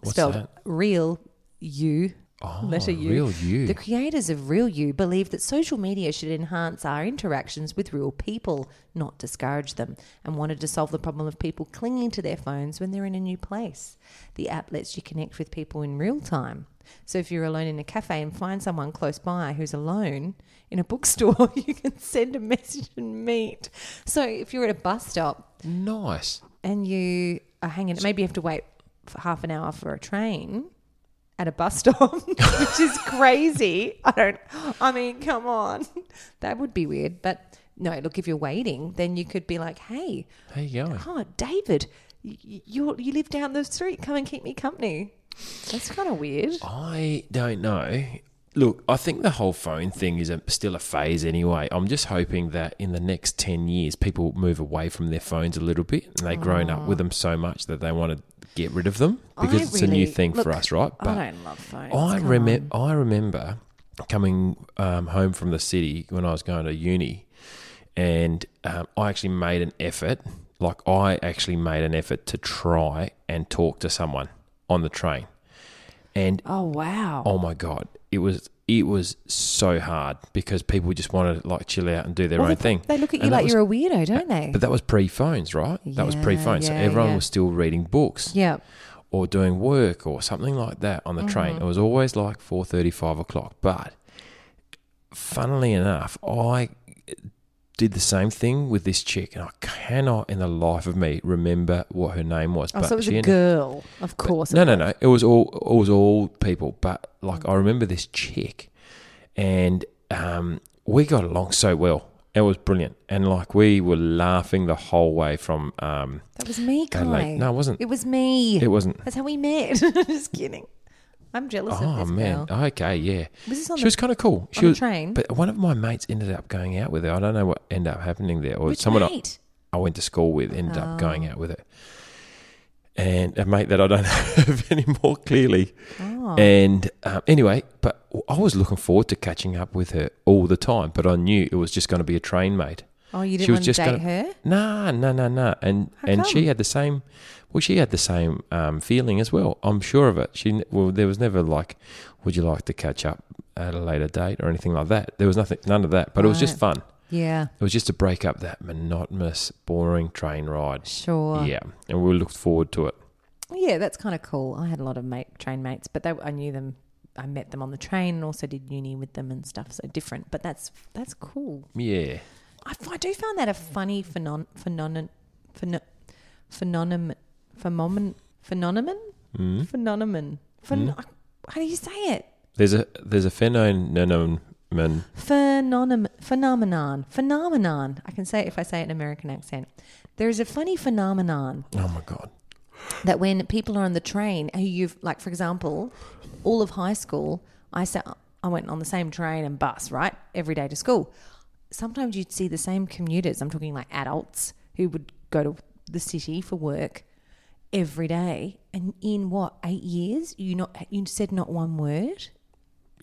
[SPEAKER 2] What's
[SPEAKER 1] Spelled
[SPEAKER 2] that?
[SPEAKER 1] real you.
[SPEAKER 2] oh,
[SPEAKER 1] letter U.
[SPEAKER 2] Real you.
[SPEAKER 1] The creators of Real You believe that social media should enhance our interactions with real people, not discourage them, and wanted to solve the problem of people clinging to their phones when they're in a new place. The app lets you connect with people in real time. So if you're alone in a cafe and find someone close by who's alone in a bookstore, [laughs] you can send a message and meet. So if you're at a bus stop
[SPEAKER 2] nice.
[SPEAKER 1] and you are hanging, maybe you have to wait for half an hour for a train at a bus [laughs] stop, which is crazy. I don't, I mean, come on. That would be weird. But no, look, if you're waiting, then you could be like, hey,
[SPEAKER 2] How you going?
[SPEAKER 1] oh, David, you, you, you live down the street. Come and keep me company. That's kind of weird.
[SPEAKER 2] I don't know. Look, I think the whole phone thing is a, still a phase anyway. I'm just hoping that in the next 10 years, people move away from their phones a little bit and they've grown up with them so much that they want to get rid of them because
[SPEAKER 1] Mm. I
[SPEAKER 2] it's a new
[SPEAKER 1] really-
[SPEAKER 2] thing for
[SPEAKER 1] look,
[SPEAKER 2] us, right?
[SPEAKER 1] I don't love phones.
[SPEAKER 2] I
[SPEAKER 1] Come
[SPEAKER 2] remember. I remember coming um, home from the city when I was going to uni, and um, I actually made an effort. Like I actually made an effort to try and talk to someone on the train, and
[SPEAKER 1] on. Oh, wow.
[SPEAKER 2] oh my god, it was it was so hard because people just wanted to like chill out and do their
[SPEAKER 1] Well,
[SPEAKER 2] own
[SPEAKER 1] they,
[SPEAKER 2] thing.
[SPEAKER 1] They look at you
[SPEAKER 2] And that
[SPEAKER 1] like
[SPEAKER 2] was-
[SPEAKER 1] you're a weirdo, don't they?
[SPEAKER 2] But that was pre phones, right? that was
[SPEAKER 1] Yeah,
[SPEAKER 2] pre phones, so
[SPEAKER 1] yeah,
[SPEAKER 2] everyone
[SPEAKER 1] yeah.
[SPEAKER 2] was still reading books
[SPEAKER 1] yeah.
[SPEAKER 2] or doing work or something like that on the train.
[SPEAKER 1] Mm-hmm.
[SPEAKER 2] It was always like four thirty, five o'clock. But funnily enough, I did the same thing with this chick, and I cannot in the life of me remember what her name was.
[SPEAKER 1] Oh, so it was
[SPEAKER 2] she
[SPEAKER 1] a
[SPEAKER 2] ended-
[SPEAKER 1] girl, of course.
[SPEAKER 2] no, no, no. It was all it was all people, but like I remember this chick, and um, we got along so well. It was brilliant, and like we were laughing the whole way from. Um,
[SPEAKER 1] That was me, Kai.
[SPEAKER 2] Adelaide. No, it wasn't.
[SPEAKER 1] It was me.
[SPEAKER 2] it wasn't.
[SPEAKER 1] That's how we met. [laughs] Just kidding. I'm jealous of
[SPEAKER 2] Oh
[SPEAKER 1] this
[SPEAKER 2] man,
[SPEAKER 1] man.
[SPEAKER 2] okay, yeah.
[SPEAKER 1] Was this on
[SPEAKER 2] she
[SPEAKER 1] the-
[SPEAKER 2] was kind of cool. She
[SPEAKER 1] on the
[SPEAKER 2] was,
[SPEAKER 1] train?
[SPEAKER 2] but one of my mates ended up going out with her. I don't know what ended up happening there, or
[SPEAKER 1] Which
[SPEAKER 2] someone I,
[SPEAKER 1] mate? Ah.
[SPEAKER 2] I went to school with ended up going out with her, and a mate that I don't [laughs] have anymore clearly.
[SPEAKER 1] Ah.
[SPEAKER 2] And um, anyway, but I was looking forward to catching up with her all the time, but I knew it was just going to be a train mate.
[SPEAKER 1] Oh, you
[SPEAKER 2] she
[SPEAKER 1] didn't
[SPEAKER 2] was
[SPEAKER 1] want to
[SPEAKER 2] just
[SPEAKER 1] date
[SPEAKER 2] gonna,
[SPEAKER 1] her?
[SPEAKER 2] Nah, nah, nah, nah. And and
[SPEAKER 1] come?
[SPEAKER 2] she had the same. Well, she had the same um, feeling as well. I'm sure of it. She n- well, there was never like, would you like to catch up at a later date or anything like that. There was nothing, none of that. But it was just fun.
[SPEAKER 1] Yeah,
[SPEAKER 2] It was just to break up that monotonous, boring train ride.
[SPEAKER 1] sure.
[SPEAKER 2] Yeah, and we looked forward to it.
[SPEAKER 1] Yeah, that's kind of cool. I had a lot of mate train mates, but they, I knew them. I met them on the train and also did uni with them and stuff. So different, but that's that's cool.
[SPEAKER 2] Yeah.
[SPEAKER 1] I, I do find that a funny phenon phenomenon pheno- phenomenon phenomenon phenomenon
[SPEAKER 2] Hmm? Mm-hmm.
[SPEAKER 1] phenomenon. Phen- How do you say it?
[SPEAKER 2] There's a there's a phenomenon.
[SPEAKER 1] Phenomenon, phenomenon, phenomenon. I can say it if I say it in American accent. There is a funny phenomenon
[SPEAKER 2] Oh my god.
[SPEAKER 1] that when people are on the train, who you've like, for example, all of high school, I sat, I went on the same train and bus, right, every day to school. sometimes you'd see the same commuters, I'm talking like adults, who would go to the city for work every day. And in what, eight years, you not you said not one word?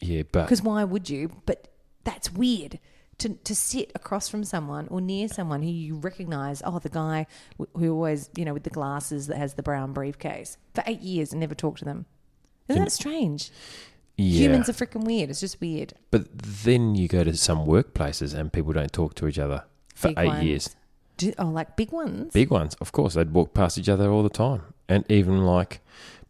[SPEAKER 2] Yeah, but
[SPEAKER 1] Because why would you? But that's weird to, to sit across from someone or near someone who you recognize. Oh, the guy w- who always, you know, with the glasses that has the brown briefcase for eight years and never talked to them. Isn't that strange?
[SPEAKER 2] yeah.
[SPEAKER 1] Humans are freaking weird. It's just weird.
[SPEAKER 2] But then you go to some workplaces and people don't talk to each other for
[SPEAKER 1] Big
[SPEAKER 2] eight
[SPEAKER 1] ones.
[SPEAKER 2] years.
[SPEAKER 1] Do, oh, like big ones.
[SPEAKER 2] Big ones, of course, they'd walk past each other all the time, and even like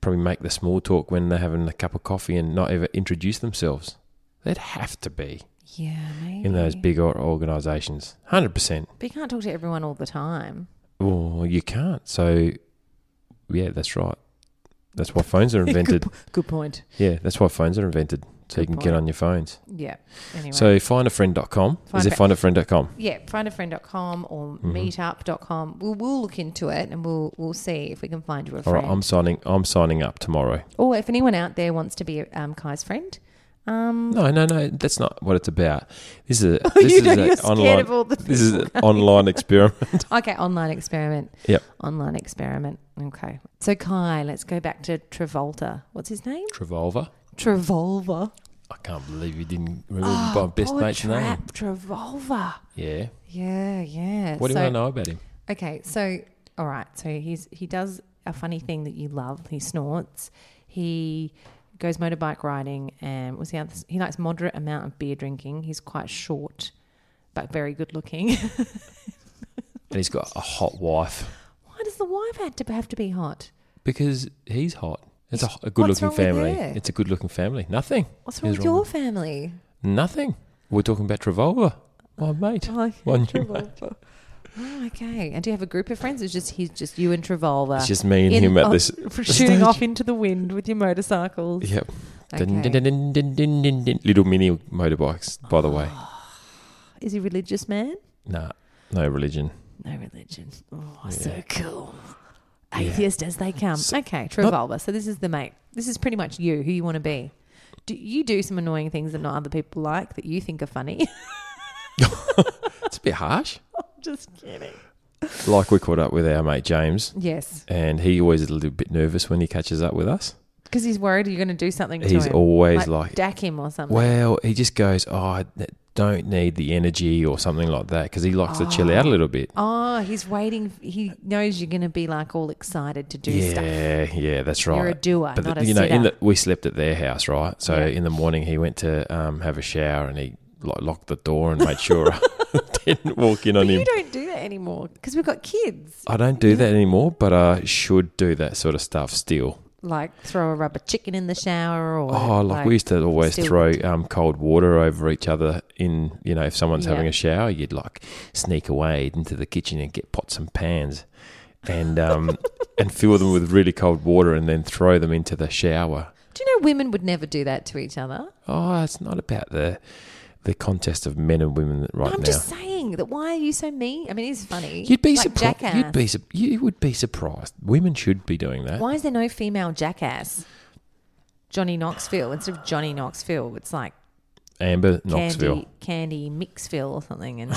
[SPEAKER 2] probably make the small talk when they're having a cup of coffee and not ever introduce themselves. They'd have to be
[SPEAKER 1] yeah, maybe.
[SPEAKER 2] in those big or- organisations, hundred percent.
[SPEAKER 1] But you can't talk to everyone all the time.
[SPEAKER 2] Well, you can't. So, yeah, that's right. That's why phones are
[SPEAKER 1] [laughs]
[SPEAKER 2] invented.
[SPEAKER 1] Good, po- good point.
[SPEAKER 2] yeah, that's why phones are invented, so
[SPEAKER 1] Good
[SPEAKER 2] you can get
[SPEAKER 1] point.
[SPEAKER 2] on your phones.
[SPEAKER 1] Yeah. Anyway.
[SPEAKER 2] So, findafriend.com
[SPEAKER 1] Find
[SPEAKER 2] is it
[SPEAKER 1] a friend.
[SPEAKER 2] findafriend.com?
[SPEAKER 1] yeah, findafriend.com or
[SPEAKER 2] Mm-hmm.
[SPEAKER 1] meetup.com. We'll, we'll look into it and we'll we'll see if we can find you a
[SPEAKER 2] All
[SPEAKER 1] friend.
[SPEAKER 2] right, I'm signing. I'm signing up tomorrow.
[SPEAKER 1] Or Oh, if anyone out there wants to be um, Kai's friend, um,
[SPEAKER 2] No, no, no. That's not what it's about. This is a,
[SPEAKER 1] [laughs] you
[SPEAKER 2] this is
[SPEAKER 1] know, you're [laughs]
[SPEAKER 2] an
[SPEAKER 1] scared
[SPEAKER 2] online.
[SPEAKER 1] of all
[SPEAKER 2] [laughs]
[SPEAKER 1] the
[SPEAKER 2] this is an online [laughs] experiment.
[SPEAKER 1] okay, online experiment.
[SPEAKER 2] Yep.
[SPEAKER 1] Online experiment. Okay. So Kai, let's go back to Travolta. What's his name?
[SPEAKER 2] Travolva.
[SPEAKER 1] Travolva.
[SPEAKER 2] I can't believe you didn't remember my best
[SPEAKER 1] Ah, Poor
[SPEAKER 2] mate's name.
[SPEAKER 1] Trap Travolva.
[SPEAKER 2] Yeah.
[SPEAKER 1] Yeah, yeah.
[SPEAKER 2] What do
[SPEAKER 1] so,
[SPEAKER 2] you want to know about him?
[SPEAKER 1] Okay, so all right, so he's he does a funny thing that you love. He snorts. He goes motorbike riding, and was the other, he likes moderate amount of beer drinking. He's quite short, but very good looking.
[SPEAKER 2] And he's got a hot wife
[SPEAKER 1] Why does the wife had to have to be hot?
[SPEAKER 2] because he's hot. It's a, a good-looking
[SPEAKER 1] wrong with
[SPEAKER 2] family.
[SPEAKER 1] her?
[SPEAKER 2] It's a good-looking family. Nothing.
[SPEAKER 1] What's wrong
[SPEAKER 2] is
[SPEAKER 1] with your
[SPEAKER 2] [laughs]
[SPEAKER 1] family?
[SPEAKER 2] Nothing. We're talking about Travolva, my mate.
[SPEAKER 1] Like
[SPEAKER 2] my new mate.
[SPEAKER 1] Travolta. Oh, okay. And do you have a group of friends? It's just he's just you and Travolva.
[SPEAKER 2] It's just me and
[SPEAKER 1] in-
[SPEAKER 2] him at
[SPEAKER 1] oh,
[SPEAKER 2] this
[SPEAKER 1] [laughs] shooting
[SPEAKER 2] stage.
[SPEAKER 1] off into the wind with your motorcycles.
[SPEAKER 2] Yep. Dun,
[SPEAKER 1] Okay.
[SPEAKER 2] dun, dun, dun, dun, dun, dun, dun. Little mini motorbikes, by the [gasps] way.
[SPEAKER 1] Is he a religious man?
[SPEAKER 2] Nah, no religion.
[SPEAKER 1] No religion. Oh, so cool. Atheist as they come. okay,
[SPEAKER 2] Not-
[SPEAKER 1] Travolva. so this is the mate. This is pretty much you, who you want to be. Do you do some annoying things that not other people like that you think are funny? [laughs]
[SPEAKER 2] It's a bit harsh.
[SPEAKER 1] Just kidding.
[SPEAKER 2] Like we caught up with our mate James,
[SPEAKER 1] Yes,
[SPEAKER 2] and he always is a little bit nervous when he catches up with us.
[SPEAKER 1] because he's worried you're going to do something. to
[SPEAKER 2] He's
[SPEAKER 1] him.
[SPEAKER 2] always like-
[SPEAKER 1] dack him or something.
[SPEAKER 2] Well, he just goes, "Oh, I don't need the energy" or something like that because he likes to chill out a little bit.
[SPEAKER 1] Oh, he's waiting. He knows you're going to be like all excited to do stuff.
[SPEAKER 2] Yeah, yeah, that's right.
[SPEAKER 1] You're a doer,
[SPEAKER 2] But the-
[SPEAKER 1] not a
[SPEAKER 2] you know, in
[SPEAKER 1] sitter.
[SPEAKER 2] the, we slept at their house, right? So in the morning, he went to um, have a shower, and he lo- locked the door and made sure I [laughs] didn't walk in on him.
[SPEAKER 1] You don't do that anymore because we've got kids.
[SPEAKER 2] I don't do that anymore, but I should do that sort of stuff still.
[SPEAKER 1] Like throw a rubber chicken in the shower or
[SPEAKER 2] Oh, like, we used to always
[SPEAKER 1] still-
[SPEAKER 2] throw um, cold water over each other. In you know, if someone's having
[SPEAKER 1] Yeah.
[SPEAKER 2] a shower, you'd like sneak away into the kitchen and get pots and pans,
[SPEAKER 1] [laughs]
[SPEAKER 2] and um, and fill them with really cold water, and then throw them into the shower.
[SPEAKER 1] Do you know women would never do that to each other?
[SPEAKER 2] Oh, it's not about the the contest of men and women right
[SPEAKER 1] I'm
[SPEAKER 2] now.
[SPEAKER 1] just saying that. Why are you so mean? I mean, it's funny.
[SPEAKER 2] you'd be
[SPEAKER 1] like
[SPEAKER 2] surprised.
[SPEAKER 1] Jackass.
[SPEAKER 2] You'd be su- you would be surprised. Women should be doing that.
[SPEAKER 1] Why is there no female jackass? Johnny Knoxville instead of Johnny Knoxville, it's like
[SPEAKER 2] Amber Knoxville.
[SPEAKER 1] Candy Candy Mixville or something,
[SPEAKER 2] [laughs]
[SPEAKER 1] and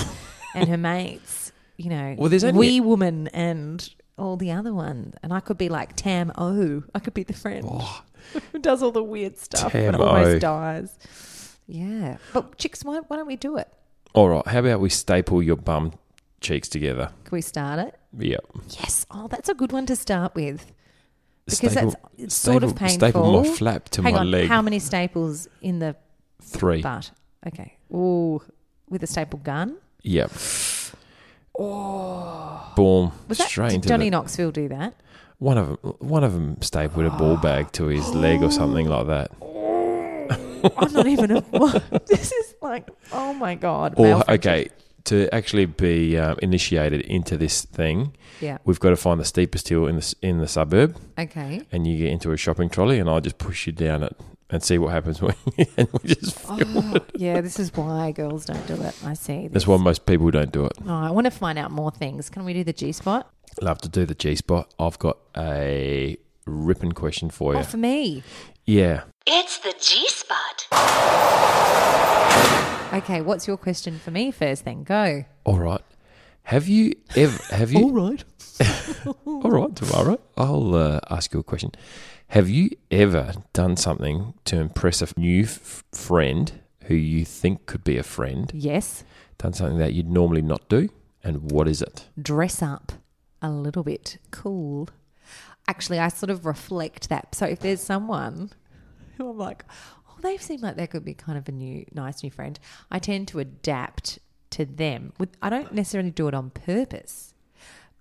[SPEAKER 1] and her mates. You know,
[SPEAKER 2] Well, there's only-
[SPEAKER 1] Wee Woman and all the other ones, and I could be like Tam O. I could be the friend [laughs] who does all the weird stuff
[SPEAKER 2] Oh. Tam
[SPEAKER 1] and
[SPEAKER 2] O.
[SPEAKER 1] almost dies. Yeah, but chicks, why, why don't we do it?
[SPEAKER 2] All right, how about we staple your bum cheeks together?
[SPEAKER 1] Can we start it?
[SPEAKER 2] Yep.
[SPEAKER 1] Yes. Oh, that's a good one to start with. Because that's it's
[SPEAKER 2] staple,
[SPEAKER 1] sort of painful.
[SPEAKER 2] Staple my flap to
[SPEAKER 1] Hang
[SPEAKER 2] my
[SPEAKER 1] on,
[SPEAKER 2] leg.
[SPEAKER 1] how many staples in the
[SPEAKER 2] Three.
[SPEAKER 1] butt? Okay. Ooh, with a staple gun.
[SPEAKER 2] Yep. Oh. Boom.
[SPEAKER 1] Was that
[SPEAKER 2] Straight
[SPEAKER 1] did
[SPEAKER 2] into
[SPEAKER 1] Johnny
[SPEAKER 2] the,
[SPEAKER 1] Knoxville do that?
[SPEAKER 2] one of 'em- one of them stapled a
[SPEAKER 1] [gasps]
[SPEAKER 2] ball bag to his leg or something like that.
[SPEAKER 1] I'm not even
[SPEAKER 2] [laughs]
[SPEAKER 1] a. [laughs] this is like, oh my god. [gasps] male
[SPEAKER 2] Or
[SPEAKER 1] friend-
[SPEAKER 2] okay, to actually be um, initiated into this thing,
[SPEAKER 1] Yeah.
[SPEAKER 2] we've got to find the steepest hill in the s- in the suburb,
[SPEAKER 1] Okay.
[SPEAKER 2] and you get into a shopping trolley, and I'll just push you down it and see what happens [laughs] when and we just.
[SPEAKER 1] Oh. Yeah, this is why girls don't do it. I see.
[SPEAKER 2] That's why most people don't do it.
[SPEAKER 1] Oh, I want to find out more things. Can we do the G spot?
[SPEAKER 2] Love to do the G spot. I've got a ripping question for you.
[SPEAKER 1] Oh, for me.
[SPEAKER 2] yeah.
[SPEAKER 4] It's the G spot.
[SPEAKER 1] Okay, what's your question for me first? Then go.
[SPEAKER 2] All right. Have you ever?
[SPEAKER 1] [laughs]
[SPEAKER 2] Have you? all right. [laughs] all right, tomorrow. I'll uh, ask you a question. Have you ever done something to impress a new f- friend who you think could be a friend?
[SPEAKER 1] Yes,
[SPEAKER 2] Done something that you'd normally not do, and what is it?
[SPEAKER 1] dress up a little bit cool. Actually, I sort of reflect that. So if there's someone [laughs] who I'm like, oh, they seem like they could be kind of a new, nice new friend, I tend to adapt to them. With I don't necessarily do it on purpose,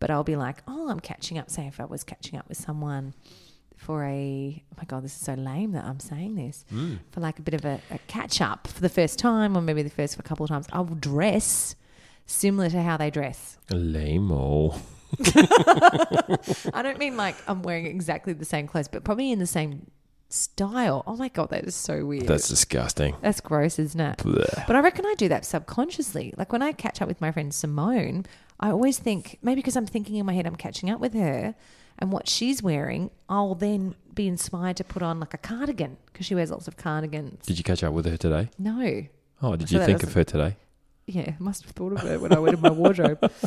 [SPEAKER 1] but I'll be like, oh, I'm catching up. Say if I was catching up with someone for a oh my god this is so lame that i'm saying this for like a bit of a, a catch up for the first time or maybe the first for a couple of times i'll dress similar to how they dress
[SPEAKER 2] Lame-o.
[SPEAKER 1] I don't mean like I'm wearing exactly the same clothes, but probably in the same style. Oh my god, that is so weird.
[SPEAKER 2] That's disgusting.
[SPEAKER 1] That's gross, isn't it?
[SPEAKER 2] Blech.
[SPEAKER 1] But I reckon I do that subconsciously. Like when I catch up with my friend Simone, I always think maybe because I'm thinking in my head I'm catching up with her and what she's wearing, I'll then be inspired to put on like a cardigan because she wears lots of cardigans.
[SPEAKER 2] Did you catch up with her today?
[SPEAKER 1] No.
[SPEAKER 2] Oh, did
[SPEAKER 1] So
[SPEAKER 2] you
[SPEAKER 1] that
[SPEAKER 2] think of her today?
[SPEAKER 1] Yeah, I must have thought of her when I went in my wardrobe. [laughs]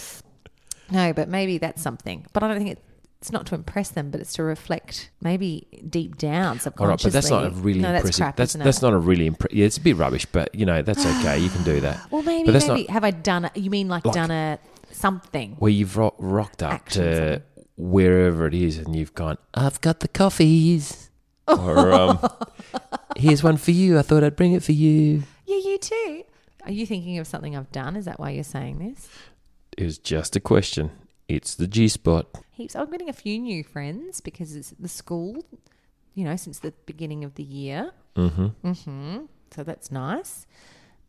[SPEAKER 1] No, but maybe that's something. But I don't think it, it's not to impress them, but it's to reflect maybe deep down
[SPEAKER 2] All right,
[SPEAKER 1] subconsciously.
[SPEAKER 2] but that's not a really
[SPEAKER 1] no,
[SPEAKER 2] impressive.
[SPEAKER 1] That's crap,
[SPEAKER 2] that's
[SPEAKER 1] isn't
[SPEAKER 2] that's
[SPEAKER 1] it?
[SPEAKER 2] not a really impressive. Yeah, it's a bit rubbish, but you know that's okay. You can do
[SPEAKER 1] [gasps]
[SPEAKER 2] that. [laughs]
[SPEAKER 1] Well, maybe
[SPEAKER 2] but that's
[SPEAKER 1] maybe
[SPEAKER 2] not
[SPEAKER 1] have I done? A, you mean like,
[SPEAKER 2] Like-
[SPEAKER 1] done a something?
[SPEAKER 2] where you've ro- rocked up
[SPEAKER 1] Action
[SPEAKER 2] to
[SPEAKER 1] something.
[SPEAKER 2] wherever it is, and you've gone. I've got the coffees. or um, here's one for you. I thought I'd bring it for you.
[SPEAKER 1] Yeah, you too. Are you thinking of something I've done? Is that why you're saying this?
[SPEAKER 2] It was just a question. It's the G spot.
[SPEAKER 1] Heaps. I'm getting a few new friends because it's the school. You know, since the beginning of the year. Mm-hmm. Mm-hmm. So that's nice.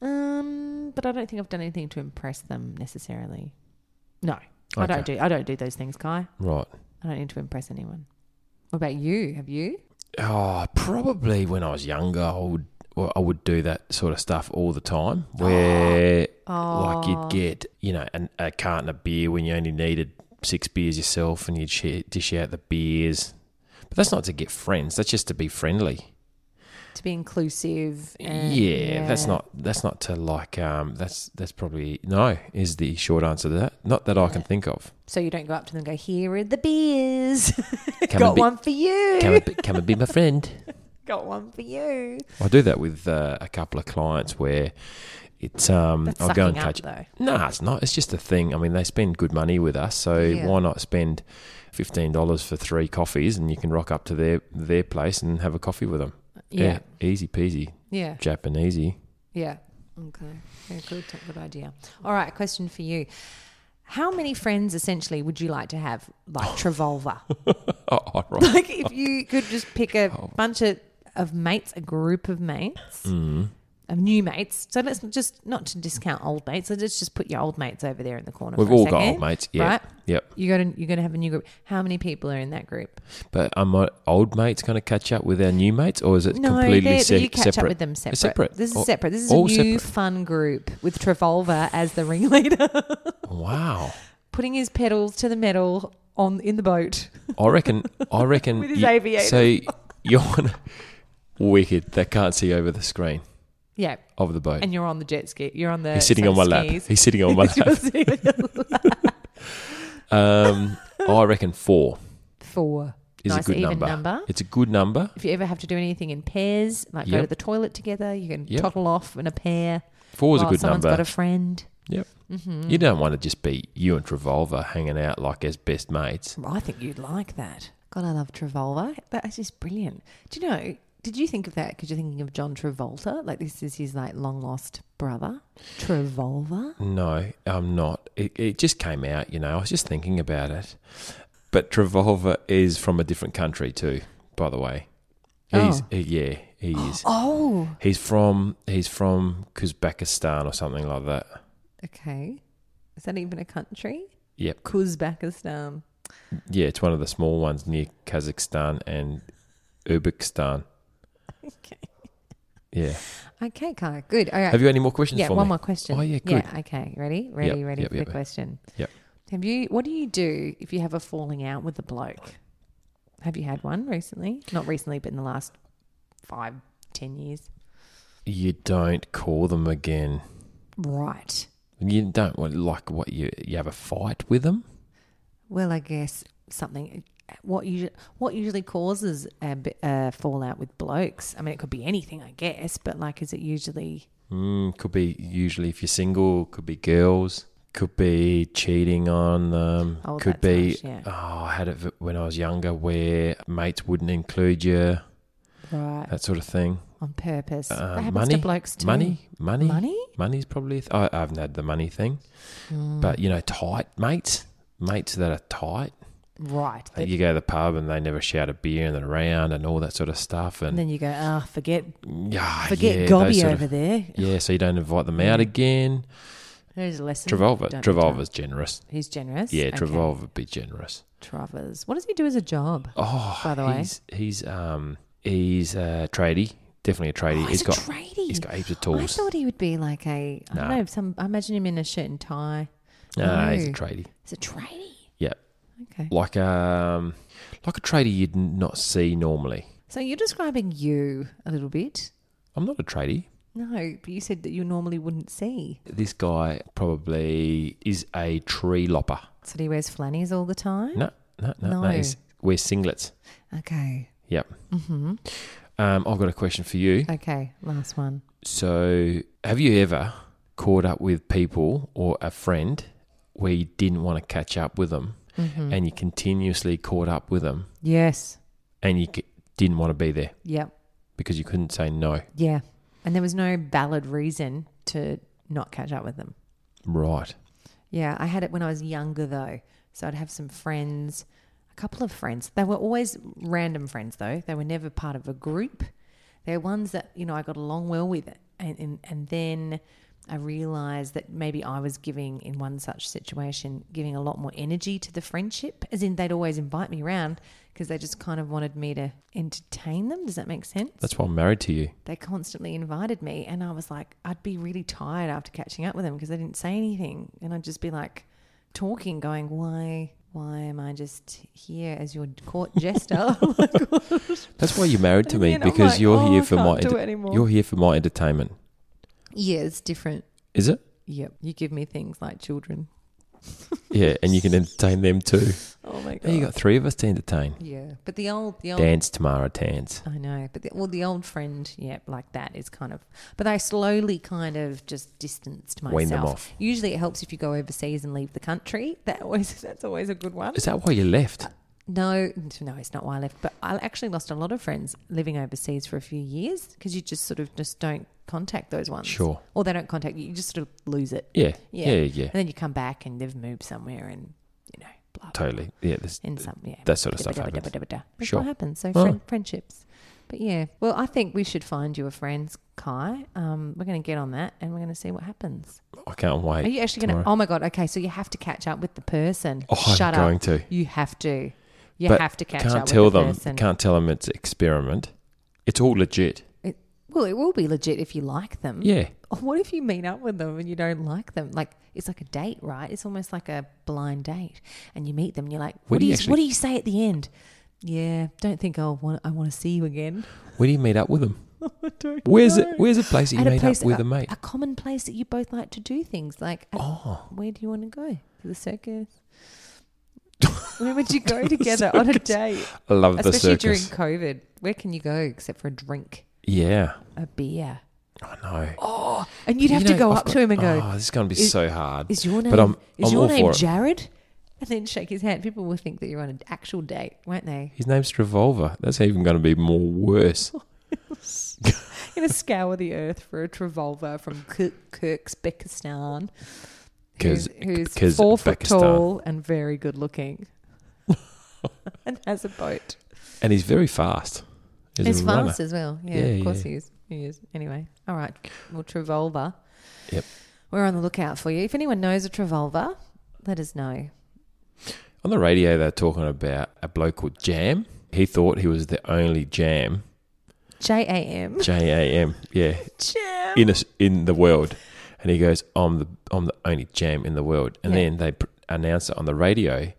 [SPEAKER 1] Um, but I don't think I've done anything to impress them necessarily. No, I don't do. I don't do those things, Kai.
[SPEAKER 2] Right.
[SPEAKER 1] I don't need to impress anyone. What about you? Have you?
[SPEAKER 2] Oh, probably when I was younger, I would well, I would do that sort of stuff all the time. Where like you'd get you know an, a carton of beer when you only needed six beers yourself, and you'd share, dish out the beers. But that's not to get friends. That's just to be friendly.
[SPEAKER 1] To be inclusive.
[SPEAKER 2] Yeah,
[SPEAKER 1] and-
[SPEAKER 2] that's
[SPEAKER 1] yeah.
[SPEAKER 2] not that's not to like um that's that's probably no is the short answer to that. Not that I can
[SPEAKER 1] [laughs]
[SPEAKER 2] think of.
[SPEAKER 1] So you don't go up to them and go, "Here are the beers. [laughs]
[SPEAKER 2] and
[SPEAKER 1] Got
[SPEAKER 2] be-
[SPEAKER 1] one for you.
[SPEAKER 2] Come and be, come and be my friend.
[SPEAKER 1] [laughs] Got one for you."
[SPEAKER 2] I do that with uh, a couple of clients where it's um
[SPEAKER 1] That's
[SPEAKER 2] I'll go and
[SPEAKER 1] sucking up,
[SPEAKER 2] catch
[SPEAKER 1] though.
[SPEAKER 2] No, it's not. It's just a thing. I mean, they spend good money with us, so
[SPEAKER 1] Yeah.
[SPEAKER 2] why not spend fifteen dollars for three coffees, and you can rock up to their their place and have a coffee with them. Eh,
[SPEAKER 1] Yeah.
[SPEAKER 2] easy peasy,
[SPEAKER 1] Yeah. [laughs]
[SPEAKER 2] Japanesey.
[SPEAKER 1] Yeah. Okay. Very good. T- Good idea. All right. Question for you: How many friends essentially would you like to have,
[SPEAKER 2] [laughs]
[SPEAKER 1] like Travolva?
[SPEAKER 2] Oh, all right.
[SPEAKER 1] [laughs] like if you could just pick a
[SPEAKER 2] Oh.
[SPEAKER 1] bunch of, of mates, a group of mates,
[SPEAKER 2] Mm.
[SPEAKER 1] of new mates. So let's just not to discount old mates. So let's just put your old mates over there in the corner.
[SPEAKER 2] We've
[SPEAKER 1] for a
[SPEAKER 2] all got
[SPEAKER 1] second,
[SPEAKER 2] old mates. Yeah,
[SPEAKER 1] Right.
[SPEAKER 2] yep.
[SPEAKER 1] You're gonna you're gonna have a new group. How many people are in that group?
[SPEAKER 2] But are my old mates going to catch up with our new mates, or is it
[SPEAKER 1] No,
[SPEAKER 2] completely
[SPEAKER 1] they're-
[SPEAKER 2] se-
[SPEAKER 1] you catch
[SPEAKER 2] separate?
[SPEAKER 1] up with them separate.
[SPEAKER 2] Separate.
[SPEAKER 1] This is
[SPEAKER 2] All-
[SPEAKER 1] separate. This is a
[SPEAKER 2] all
[SPEAKER 1] new
[SPEAKER 2] separate.
[SPEAKER 1] fun group with Travolva as the ringleader,
[SPEAKER 2] Wow.
[SPEAKER 1] putting his pedals to the metal on in the boat.
[SPEAKER 2] I reckon. I reckon.
[SPEAKER 1] [laughs] With his
[SPEAKER 2] you-
[SPEAKER 1] aviators.
[SPEAKER 2] So you're [laughs] on wicked. They can't see over the screen
[SPEAKER 1] Yeah,
[SPEAKER 2] of the boat.
[SPEAKER 1] and uh, you're on the jet ski. You're on the.
[SPEAKER 2] He's sitting on my
[SPEAKER 1] some
[SPEAKER 2] lap.
[SPEAKER 1] skis.
[SPEAKER 2] He's
[SPEAKER 1] [laughs]
[SPEAKER 2] sitting on my lap. [laughs] Um, I reckon four
[SPEAKER 1] Four
[SPEAKER 2] is
[SPEAKER 1] nice
[SPEAKER 2] a good
[SPEAKER 1] even
[SPEAKER 2] number. It's a good number.
[SPEAKER 1] if you ever have to do anything in pairs, like go
[SPEAKER 2] Yep.
[SPEAKER 1] to the toilet together, you can
[SPEAKER 2] Yep.
[SPEAKER 1] toddle off in a pair.
[SPEAKER 2] Four is a
[SPEAKER 1] while
[SPEAKER 2] good
[SPEAKER 1] someone's
[SPEAKER 2] number.
[SPEAKER 1] got a friend.
[SPEAKER 2] yep. You don't want to just be you and Travolva hanging out like as best mates.
[SPEAKER 1] I think you'd like that. God, I love Travolta. That is just brilliant. Do you know? Did you think of that because you're thinking of John Travolta? Like this is his like long lost brother, Travolta.
[SPEAKER 2] No, I'm not. It, it just came out, you know. I was just thinking about it. But Travolva is from a different country too, by the way. He's
[SPEAKER 1] Oh.
[SPEAKER 2] he- yeah, he is.
[SPEAKER 1] Oh,
[SPEAKER 2] He's from he's from Uzbekistan or something like that.
[SPEAKER 1] okay. Is that even a country?
[SPEAKER 2] Yep.
[SPEAKER 1] Kuzbekistan.
[SPEAKER 2] Yeah, it's one of the small ones near Kazakhstan and Uzbekistan.
[SPEAKER 1] Okay.
[SPEAKER 2] Yeah.
[SPEAKER 1] Okay, Kai. Good. All right.
[SPEAKER 2] Have you any more questions
[SPEAKER 1] yeah,
[SPEAKER 2] for
[SPEAKER 1] one
[SPEAKER 2] me?
[SPEAKER 1] more question.
[SPEAKER 2] Oh yeah, good.
[SPEAKER 1] Yeah. Okay. Ready? Ready?
[SPEAKER 2] Yep,
[SPEAKER 1] ready
[SPEAKER 2] yep,
[SPEAKER 1] for
[SPEAKER 2] yep,
[SPEAKER 1] the
[SPEAKER 2] yep.
[SPEAKER 1] question.
[SPEAKER 2] Yep.
[SPEAKER 1] Have you? What do you do if you have a falling out with a bloke? Have you had one recently? Not recently, but in the last five, ten years.
[SPEAKER 2] you don't call them again.
[SPEAKER 1] Right.
[SPEAKER 2] You don't want like what you you have a fight with them.
[SPEAKER 1] Well, I guess something. What usually what usually causes a, bi- a fallout with blokes? I mean, it could be anything, I guess, but like, is it usually?
[SPEAKER 2] Mm, could be usually if you're single, could be girls, could be cheating on them,
[SPEAKER 1] Oh,
[SPEAKER 2] could
[SPEAKER 1] that's
[SPEAKER 2] be
[SPEAKER 1] harsh, yeah.
[SPEAKER 2] oh I had it v- when I was younger where mates wouldn't include you,
[SPEAKER 1] Right.
[SPEAKER 2] that sort of thing.
[SPEAKER 1] on purpose.
[SPEAKER 2] Uh,
[SPEAKER 1] that happens
[SPEAKER 2] money,
[SPEAKER 1] to blokes too.
[SPEAKER 2] money, money,
[SPEAKER 1] Money?
[SPEAKER 2] money's probably. a Th- I, I haven't had the money thing,
[SPEAKER 1] Hmm.
[SPEAKER 2] but you know, tight mates, mates that are tight.
[SPEAKER 1] Right.
[SPEAKER 2] Like
[SPEAKER 1] But
[SPEAKER 2] you go to the pub and they never shout a beer in the round and all that sort of stuff.
[SPEAKER 1] and
[SPEAKER 2] And,
[SPEAKER 1] then you go, ah, forget
[SPEAKER 2] yeah,
[SPEAKER 1] forget
[SPEAKER 2] yeah,
[SPEAKER 1] Gobby
[SPEAKER 2] those sort
[SPEAKER 1] over
[SPEAKER 2] of,
[SPEAKER 1] there.
[SPEAKER 2] Yeah, so you don't invite them out again.
[SPEAKER 1] There's a lesson.
[SPEAKER 2] Travolva,
[SPEAKER 1] Don't be
[SPEAKER 2] Travolva's generous.
[SPEAKER 1] Tra- He's generous.
[SPEAKER 2] Yeah,
[SPEAKER 1] Okay.
[SPEAKER 2] Travolva be generous.
[SPEAKER 1] Travers. What does he do as a job?
[SPEAKER 2] Oh,
[SPEAKER 1] By the way.
[SPEAKER 2] he's, he's um he's a tradie, definitely a tradie.
[SPEAKER 1] Oh, he's,
[SPEAKER 2] got
[SPEAKER 1] a tradie.
[SPEAKER 2] he's got heaps of
[SPEAKER 1] I
[SPEAKER 2] tools.
[SPEAKER 1] thought he would be like a. I
[SPEAKER 2] Nah.
[SPEAKER 1] don't know. Some. I imagine him in a shirt and tie.
[SPEAKER 2] Nah, he's a
[SPEAKER 1] No.
[SPEAKER 2] tradie.
[SPEAKER 1] He's a tradie.
[SPEAKER 2] Yeah,
[SPEAKER 1] Okay.
[SPEAKER 2] like um like a tradie you'd n- not see normally.
[SPEAKER 1] So you're describing you a little bit.
[SPEAKER 2] I'm not a tradie.
[SPEAKER 1] No, but you said that you normally wouldn't see.
[SPEAKER 2] This guy probably is a tree lopper.
[SPEAKER 1] So he wears flannies all the time.
[SPEAKER 2] No, no, no, no.
[SPEAKER 1] Hmm. No.
[SPEAKER 2] He's, wears singlets.
[SPEAKER 1] Okay.
[SPEAKER 2] Yep. Mm-hmm. Um, I've got a question for you.
[SPEAKER 1] Okay. Last one.
[SPEAKER 2] So, have you ever caught up with people or a friend where you didn't want to catch up with them
[SPEAKER 1] Mm-hmm.
[SPEAKER 2] and you continuously caught up with them
[SPEAKER 1] Yes.
[SPEAKER 2] and you c- didn't want to be there
[SPEAKER 1] Yep.
[SPEAKER 2] because you couldn't say no?
[SPEAKER 1] Yeah. And there was no valid reason to not catch up with them.
[SPEAKER 2] Right.
[SPEAKER 1] Yeah. I had it when I was younger, though. So I'd have some friends, a couple of friends. They were always random friends, though. They were never part of a group. They're ones that, you know, I got along well with. And, and, and then I realized that maybe I was giving, in one such situation, giving a lot more energy to the friendship, as in they'd always invite me around because they just kind of wanted me to entertain them. Does that make sense?
[SPEAKER 2] That's why I'm married to you.
[SPEAKER 1] they constantly invited me and I was like I'd be really tired after catching up with them because they didn't say anything and I'd just be like talking going why why am I just here as your [laughs] court jester
[SPEAKER 2] That's why you're married to
[SPEAKER 1] And
[SPEAKER 2] me
[SPEAKER 1] then I'm
[SPEAKER 2] because
[SPEAKER 1] like,
[SPEAKER 2] you're
[SPEAKER 1] "Oh,
[SPEAKER 2] here
[SPEAKER 1] I
[SPEAKER 2] for my
[SPEAKER 1] can't do
[SPEAKER 2] enter-
[SPEAKER 1] it anymore."
[SPEAKER 2] you're here for my entertainment.
[SPEAKER 1] yeah it's different
[SPEAKER 2] Is it?
[SPEAKER 1] yep you give me things like children
[SPEAKER 2] Yeah, and you can entertain
[SPEAKER 1] [laughs]
[SPEAKER 2] them too.
[SPEAKER 1] oh my god
[SPEAKER 2] Now you got three of us to entertain.
[SPEAKER 1] yeah but the old the old
[SPEAKER 2] Dance, Tamara, dance.
[SPEAKER 1] I know, but the, well, the old friend, yeah, like that is kind of. But I slowly kind of just distanced myself.
[SPEAKER 2] Wean them off.
[SPEAKER 1] Usually, it helps if you go overseas and leave the country. [laughs] That always, that's always a good one.
[SPEAKER 2] Is that why you left?
[SPEAKER 1] No, no, it's not why I left. But I actually lost a lot of friends living overseas for a few years because you just sort of just don't contact those ones.
[SPEAKER 2] Sure.
[SPEAKER 1] Or they don't contact you. You just sort of lose it.
[SPEAKER 2] Yeah. Yeah, yeah.
[SPEAKER 1] And then you come back and they've moved somewhere and, you know, blah. blah.
[SPEAKER 2] Totally. Yeah, this,
[SPEAKER 1] In some, yeah.
[SPEAKER 2] that sort of
[SPEAKER 1] Da-
[SPEAKER 2] stuff
[SPEAKER 1] da- da- da-
[SPEAKER 2] happens.
[SPEAKER 1] da- da- da. That's
[SPEAKER 2] Sure.
[SPEAKER 1] what happens. So
[SPEAKER 2] Oh.
[SPEAKER 1] friend, friendships. But yeah, well, I think we should find you a friend, Kai. Um, we're going to get on that and we're going to see what happens.
[SPEAKER 2] I can't wait.
[SPEAKER 1] Are you actually going to?
[SPEAKER 2] tomorrow.
[SPEAKER 1] Oh my God. Okay. So you have to catch up with the person.
[SPEAKER 2] Oh, I'm
[SPEAKER 1] Shut
[SPEAKER 2] going
[SPEAKER 1] up.
[SPEAKER 2] to.
[SPEAKER 1] You have to. You
[SPEAKER 2] But
[SPEAKER 1] have to catch
[SPEAKER 2] can't
[SPEAKER 1] up
[SPEAKER 2] tell
[SPEAKER 1] with the
[SPEAKER 2] them,
[SPEAKER 1] person.
[SPEAKER 2] Can't tell them it's experiment. It's all legit.
[SPEAKER 1] It, well, it will be legit if you like them.
[SPEAKER 2] Yeah.
[SPEAKER 1] Oh, [laughs] What if you meet up with them and you don't like them? Like it's like a date, right? It's almost like a blind date, and you meet them. And you're like,
[SPEAKER 2] Where
[SPEAKER 1] what
[SPEAKER 2] do
[SPEAKER 1] do
[SPEAKER 2] you
[SPEAKER 1] you
[SPEAKER 2] actually-
[SPEAKER 1] what do you say at the end? Yeah, don't think "Oh, I want I want to see you again. [laughs]
[SPEAKER 2] Where do you meet up with them?
[SPEAKER 1] I don't
[SPEAKER 2] Where's it?
[SPEAKER 1] know.
[SPEAKER 2] Where's a place that you
[SPEAKER 1] At a
[SPEAKER 2] meet
[SPEAKER 1] place-
[SPEAKER 2] up with
[SPEAKER 1] a,
[SPEAKER 2] a mate?
[SPEAKER 1] A common place that you both like to do things. Like, at-
[SPEAKER 2] Oh.
[SPEAKER 1] where do you want to go to the
[SPEAKER 2] [laughs]
[SPEAKER 1] circus? Where would you go together on a date?
[SPEAKER 2] I love the
[SPEAKER 1] Especially
[SPEAKER 2] circus.
[SPEAKER 1] during COVID, where can you go except for a drink,
[SPEAKER 2] yeah.
[SPEAKER 1] a beer?
[SPEAKER 2] I know.
[SPEAKER 1] And you'd have
[SPEAKER 2] Oh, You
[SPEAKER 1] to
[SPEAKER 2] know,
[SPEAKER 1] go
[SPEAKER 2] I've
[SPEAKER 1] up
[SPEAKER 2] got-
[SPEAKER 1] to him and go,
[SPEAKER 2] "Oh, this is going to be
[SPEAKER 1] "Is-
[SPEAKER 2] so hard."
[SPEAKER 1] Is your name
[SPEAKER 2] But I'm,
[SPEAKER 1] is
[SPEAKER 2] I'm
[SPEAKER 1] your
[SPEAKER 2] all
[SPEAKER 1] name
[SPEAKER 2] for it.
[SPEAKER 1] Jared? And then shake his hand. People will think that you're on an actual date, won't
[SPEAKER 2] [laughs]
[SPEAKER 1] they?
[SPEAKER 2] His name's Revolver. That's even going to be
[SPEAKER 1] [laughs]
[SPEAKER 2] more worse.
[SPEAKER 1] Gonna scour the earth for a Travolva from Kir- Kirkzbekistan,
[SPEAKER 2] Kirz-
[SPEAKER 1] who's, who's
[SPEAKER 2] Kirz-
[SPEAKER 1] four foot
[SPEAKER 2] Pakistan.
[SPEAKER 1] tall and very good
[SPEAKER 2] [laughs]
[SPEAKER 1] looking, [laughs] and has a boat.
[SPEAKER 2] And he's very fast. He's,
[SPEAKER 1] He's
[SPEAKER 2] a runner.
[SPEAKER 1] fast as well. Yeah,
[SPEAKER 2] Yeah,
[SPEAKER 1] of course
[SPEAKER 2] yeah.
[SPEAKER 1] he is. He is. Anyway, all right. Well, Travolva.
[SPEAKER 2] Yep.
[SPEAKER 1] We're on the lookout for you. If anyone knows a Travolva, let us know.
[SPEAKER 2] On the radio, they're talking about a bloke called Jam. He thought he was the only Jam,
[SPEAKER 1] J A M.
[SPEAKER 2] J A M, yeah,
[SPEAKER 1] Jam.
[SPEAKER 2] in a, in the world. And he goes, "I'm the I'm the only Jam in the world." And
[SPEAKER 1] Yeah.
[SPEAKER 2] then they pr- announced it on the radio,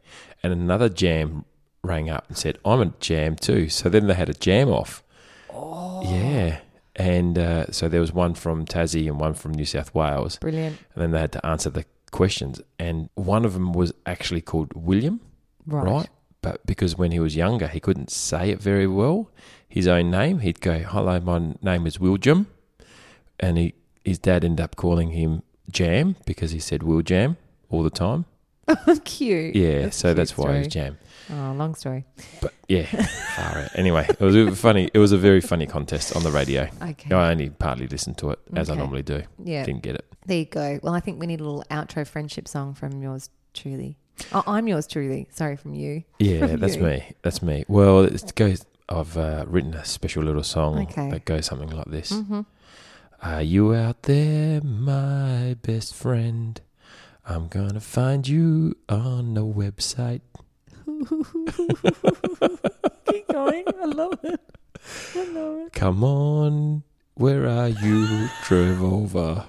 [SPEAKER 2] and another Jam rang up and said, "I'm a Jam too." So then they had a Jam off. Oh, yeah. And uh, so there was one from Tassie and one from New South Wales.
[SPEAKER 1] Brilliant.
[SPEAKER 2] And then they had to answer the questions. And one of them was actually called William,
[SPEAKER 1] Right.
[SPEAKER 2] But because when he was younger, he couldn't say it very well, his own name. He'd go, Hello, my name is Wiljam. And he, his dad ended up calling him Jam because he said Will Jam all the time.
[SPEAKER 1] [laughs] Cute.
[SPEAKER 2] Yeah, so
[SPEAKER 1] a cute
[SPEAKER 2] that's why he's
[SPEAKER 1] story.
[SPEAKER 2] Jam.
[SPEAKER 1] Oh, long story.
[SPEAKER 2] But yeah, [laughs] far out. Anyway, it was a funny. It was a very funny contest on the radio.
[SPEAKER 1] Okay.
[SPEAKER 2] I only partly listened to it as I
[SPEAKER 1] Okay.
[SPEAKER 2] normally do.
[SPEAKER 1] Yeah.
[SPEAKER 2] Didn't get it.
[SPEAKER 1] There you go. Well, I think we need a little outro friendship song from yours truly. Oh, I'm yours truly. Sorry, from you.
[SPEAKER 2] Yeah,
[SPEAKER 1] From
[SPEAKER 2] that's
[SPEAKER 1] you.
[SPEAKER 2] me. That's me. Well, it goes. I've uh, written a special little song
[SPEAKER 1] Okay.
[SPEAKER 2] that goes something like this. Are you out there, my best friend? I'm gonna find you on the website.
[SPEAKER 1] [laughs] Keep going. I love it.
[SPEAKER 2] Come on, where are you, Trevor?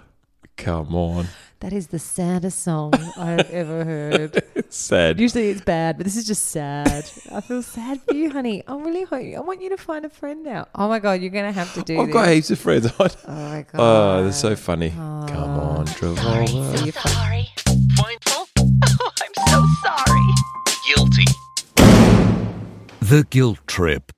[SPEAKER 2] Come on.
[SPEAKER 1] That is the saddest song I've ever heard.
[SPEAKER 2] Sad.
[SPEAKER 1] Usually it's bad, but this is just sad. I feel sad for you, honey. I really hope I want you to find a friend now. Oh my god, you're gonna have to do
[SPEAKER 2] I've
[SPEAKER 1] this.
[SPEAKER 2] got heaps of friends. [laughs]
[SPEAKER 1] Oh my god.
[SPEAKER 2] Oh, that's so funny. Come on,
[SPEAKER 4] Sorry.
[SPEAKER 2] Travolta.
[SPEAKER 4] So sorry.
[SPEAKER 3] Find
[SPEAKER 4] [laughs] Oh, I'm so sorry.
[SPEAKER 3] guilty.
[SPEAKER 5] The Guilt Trip.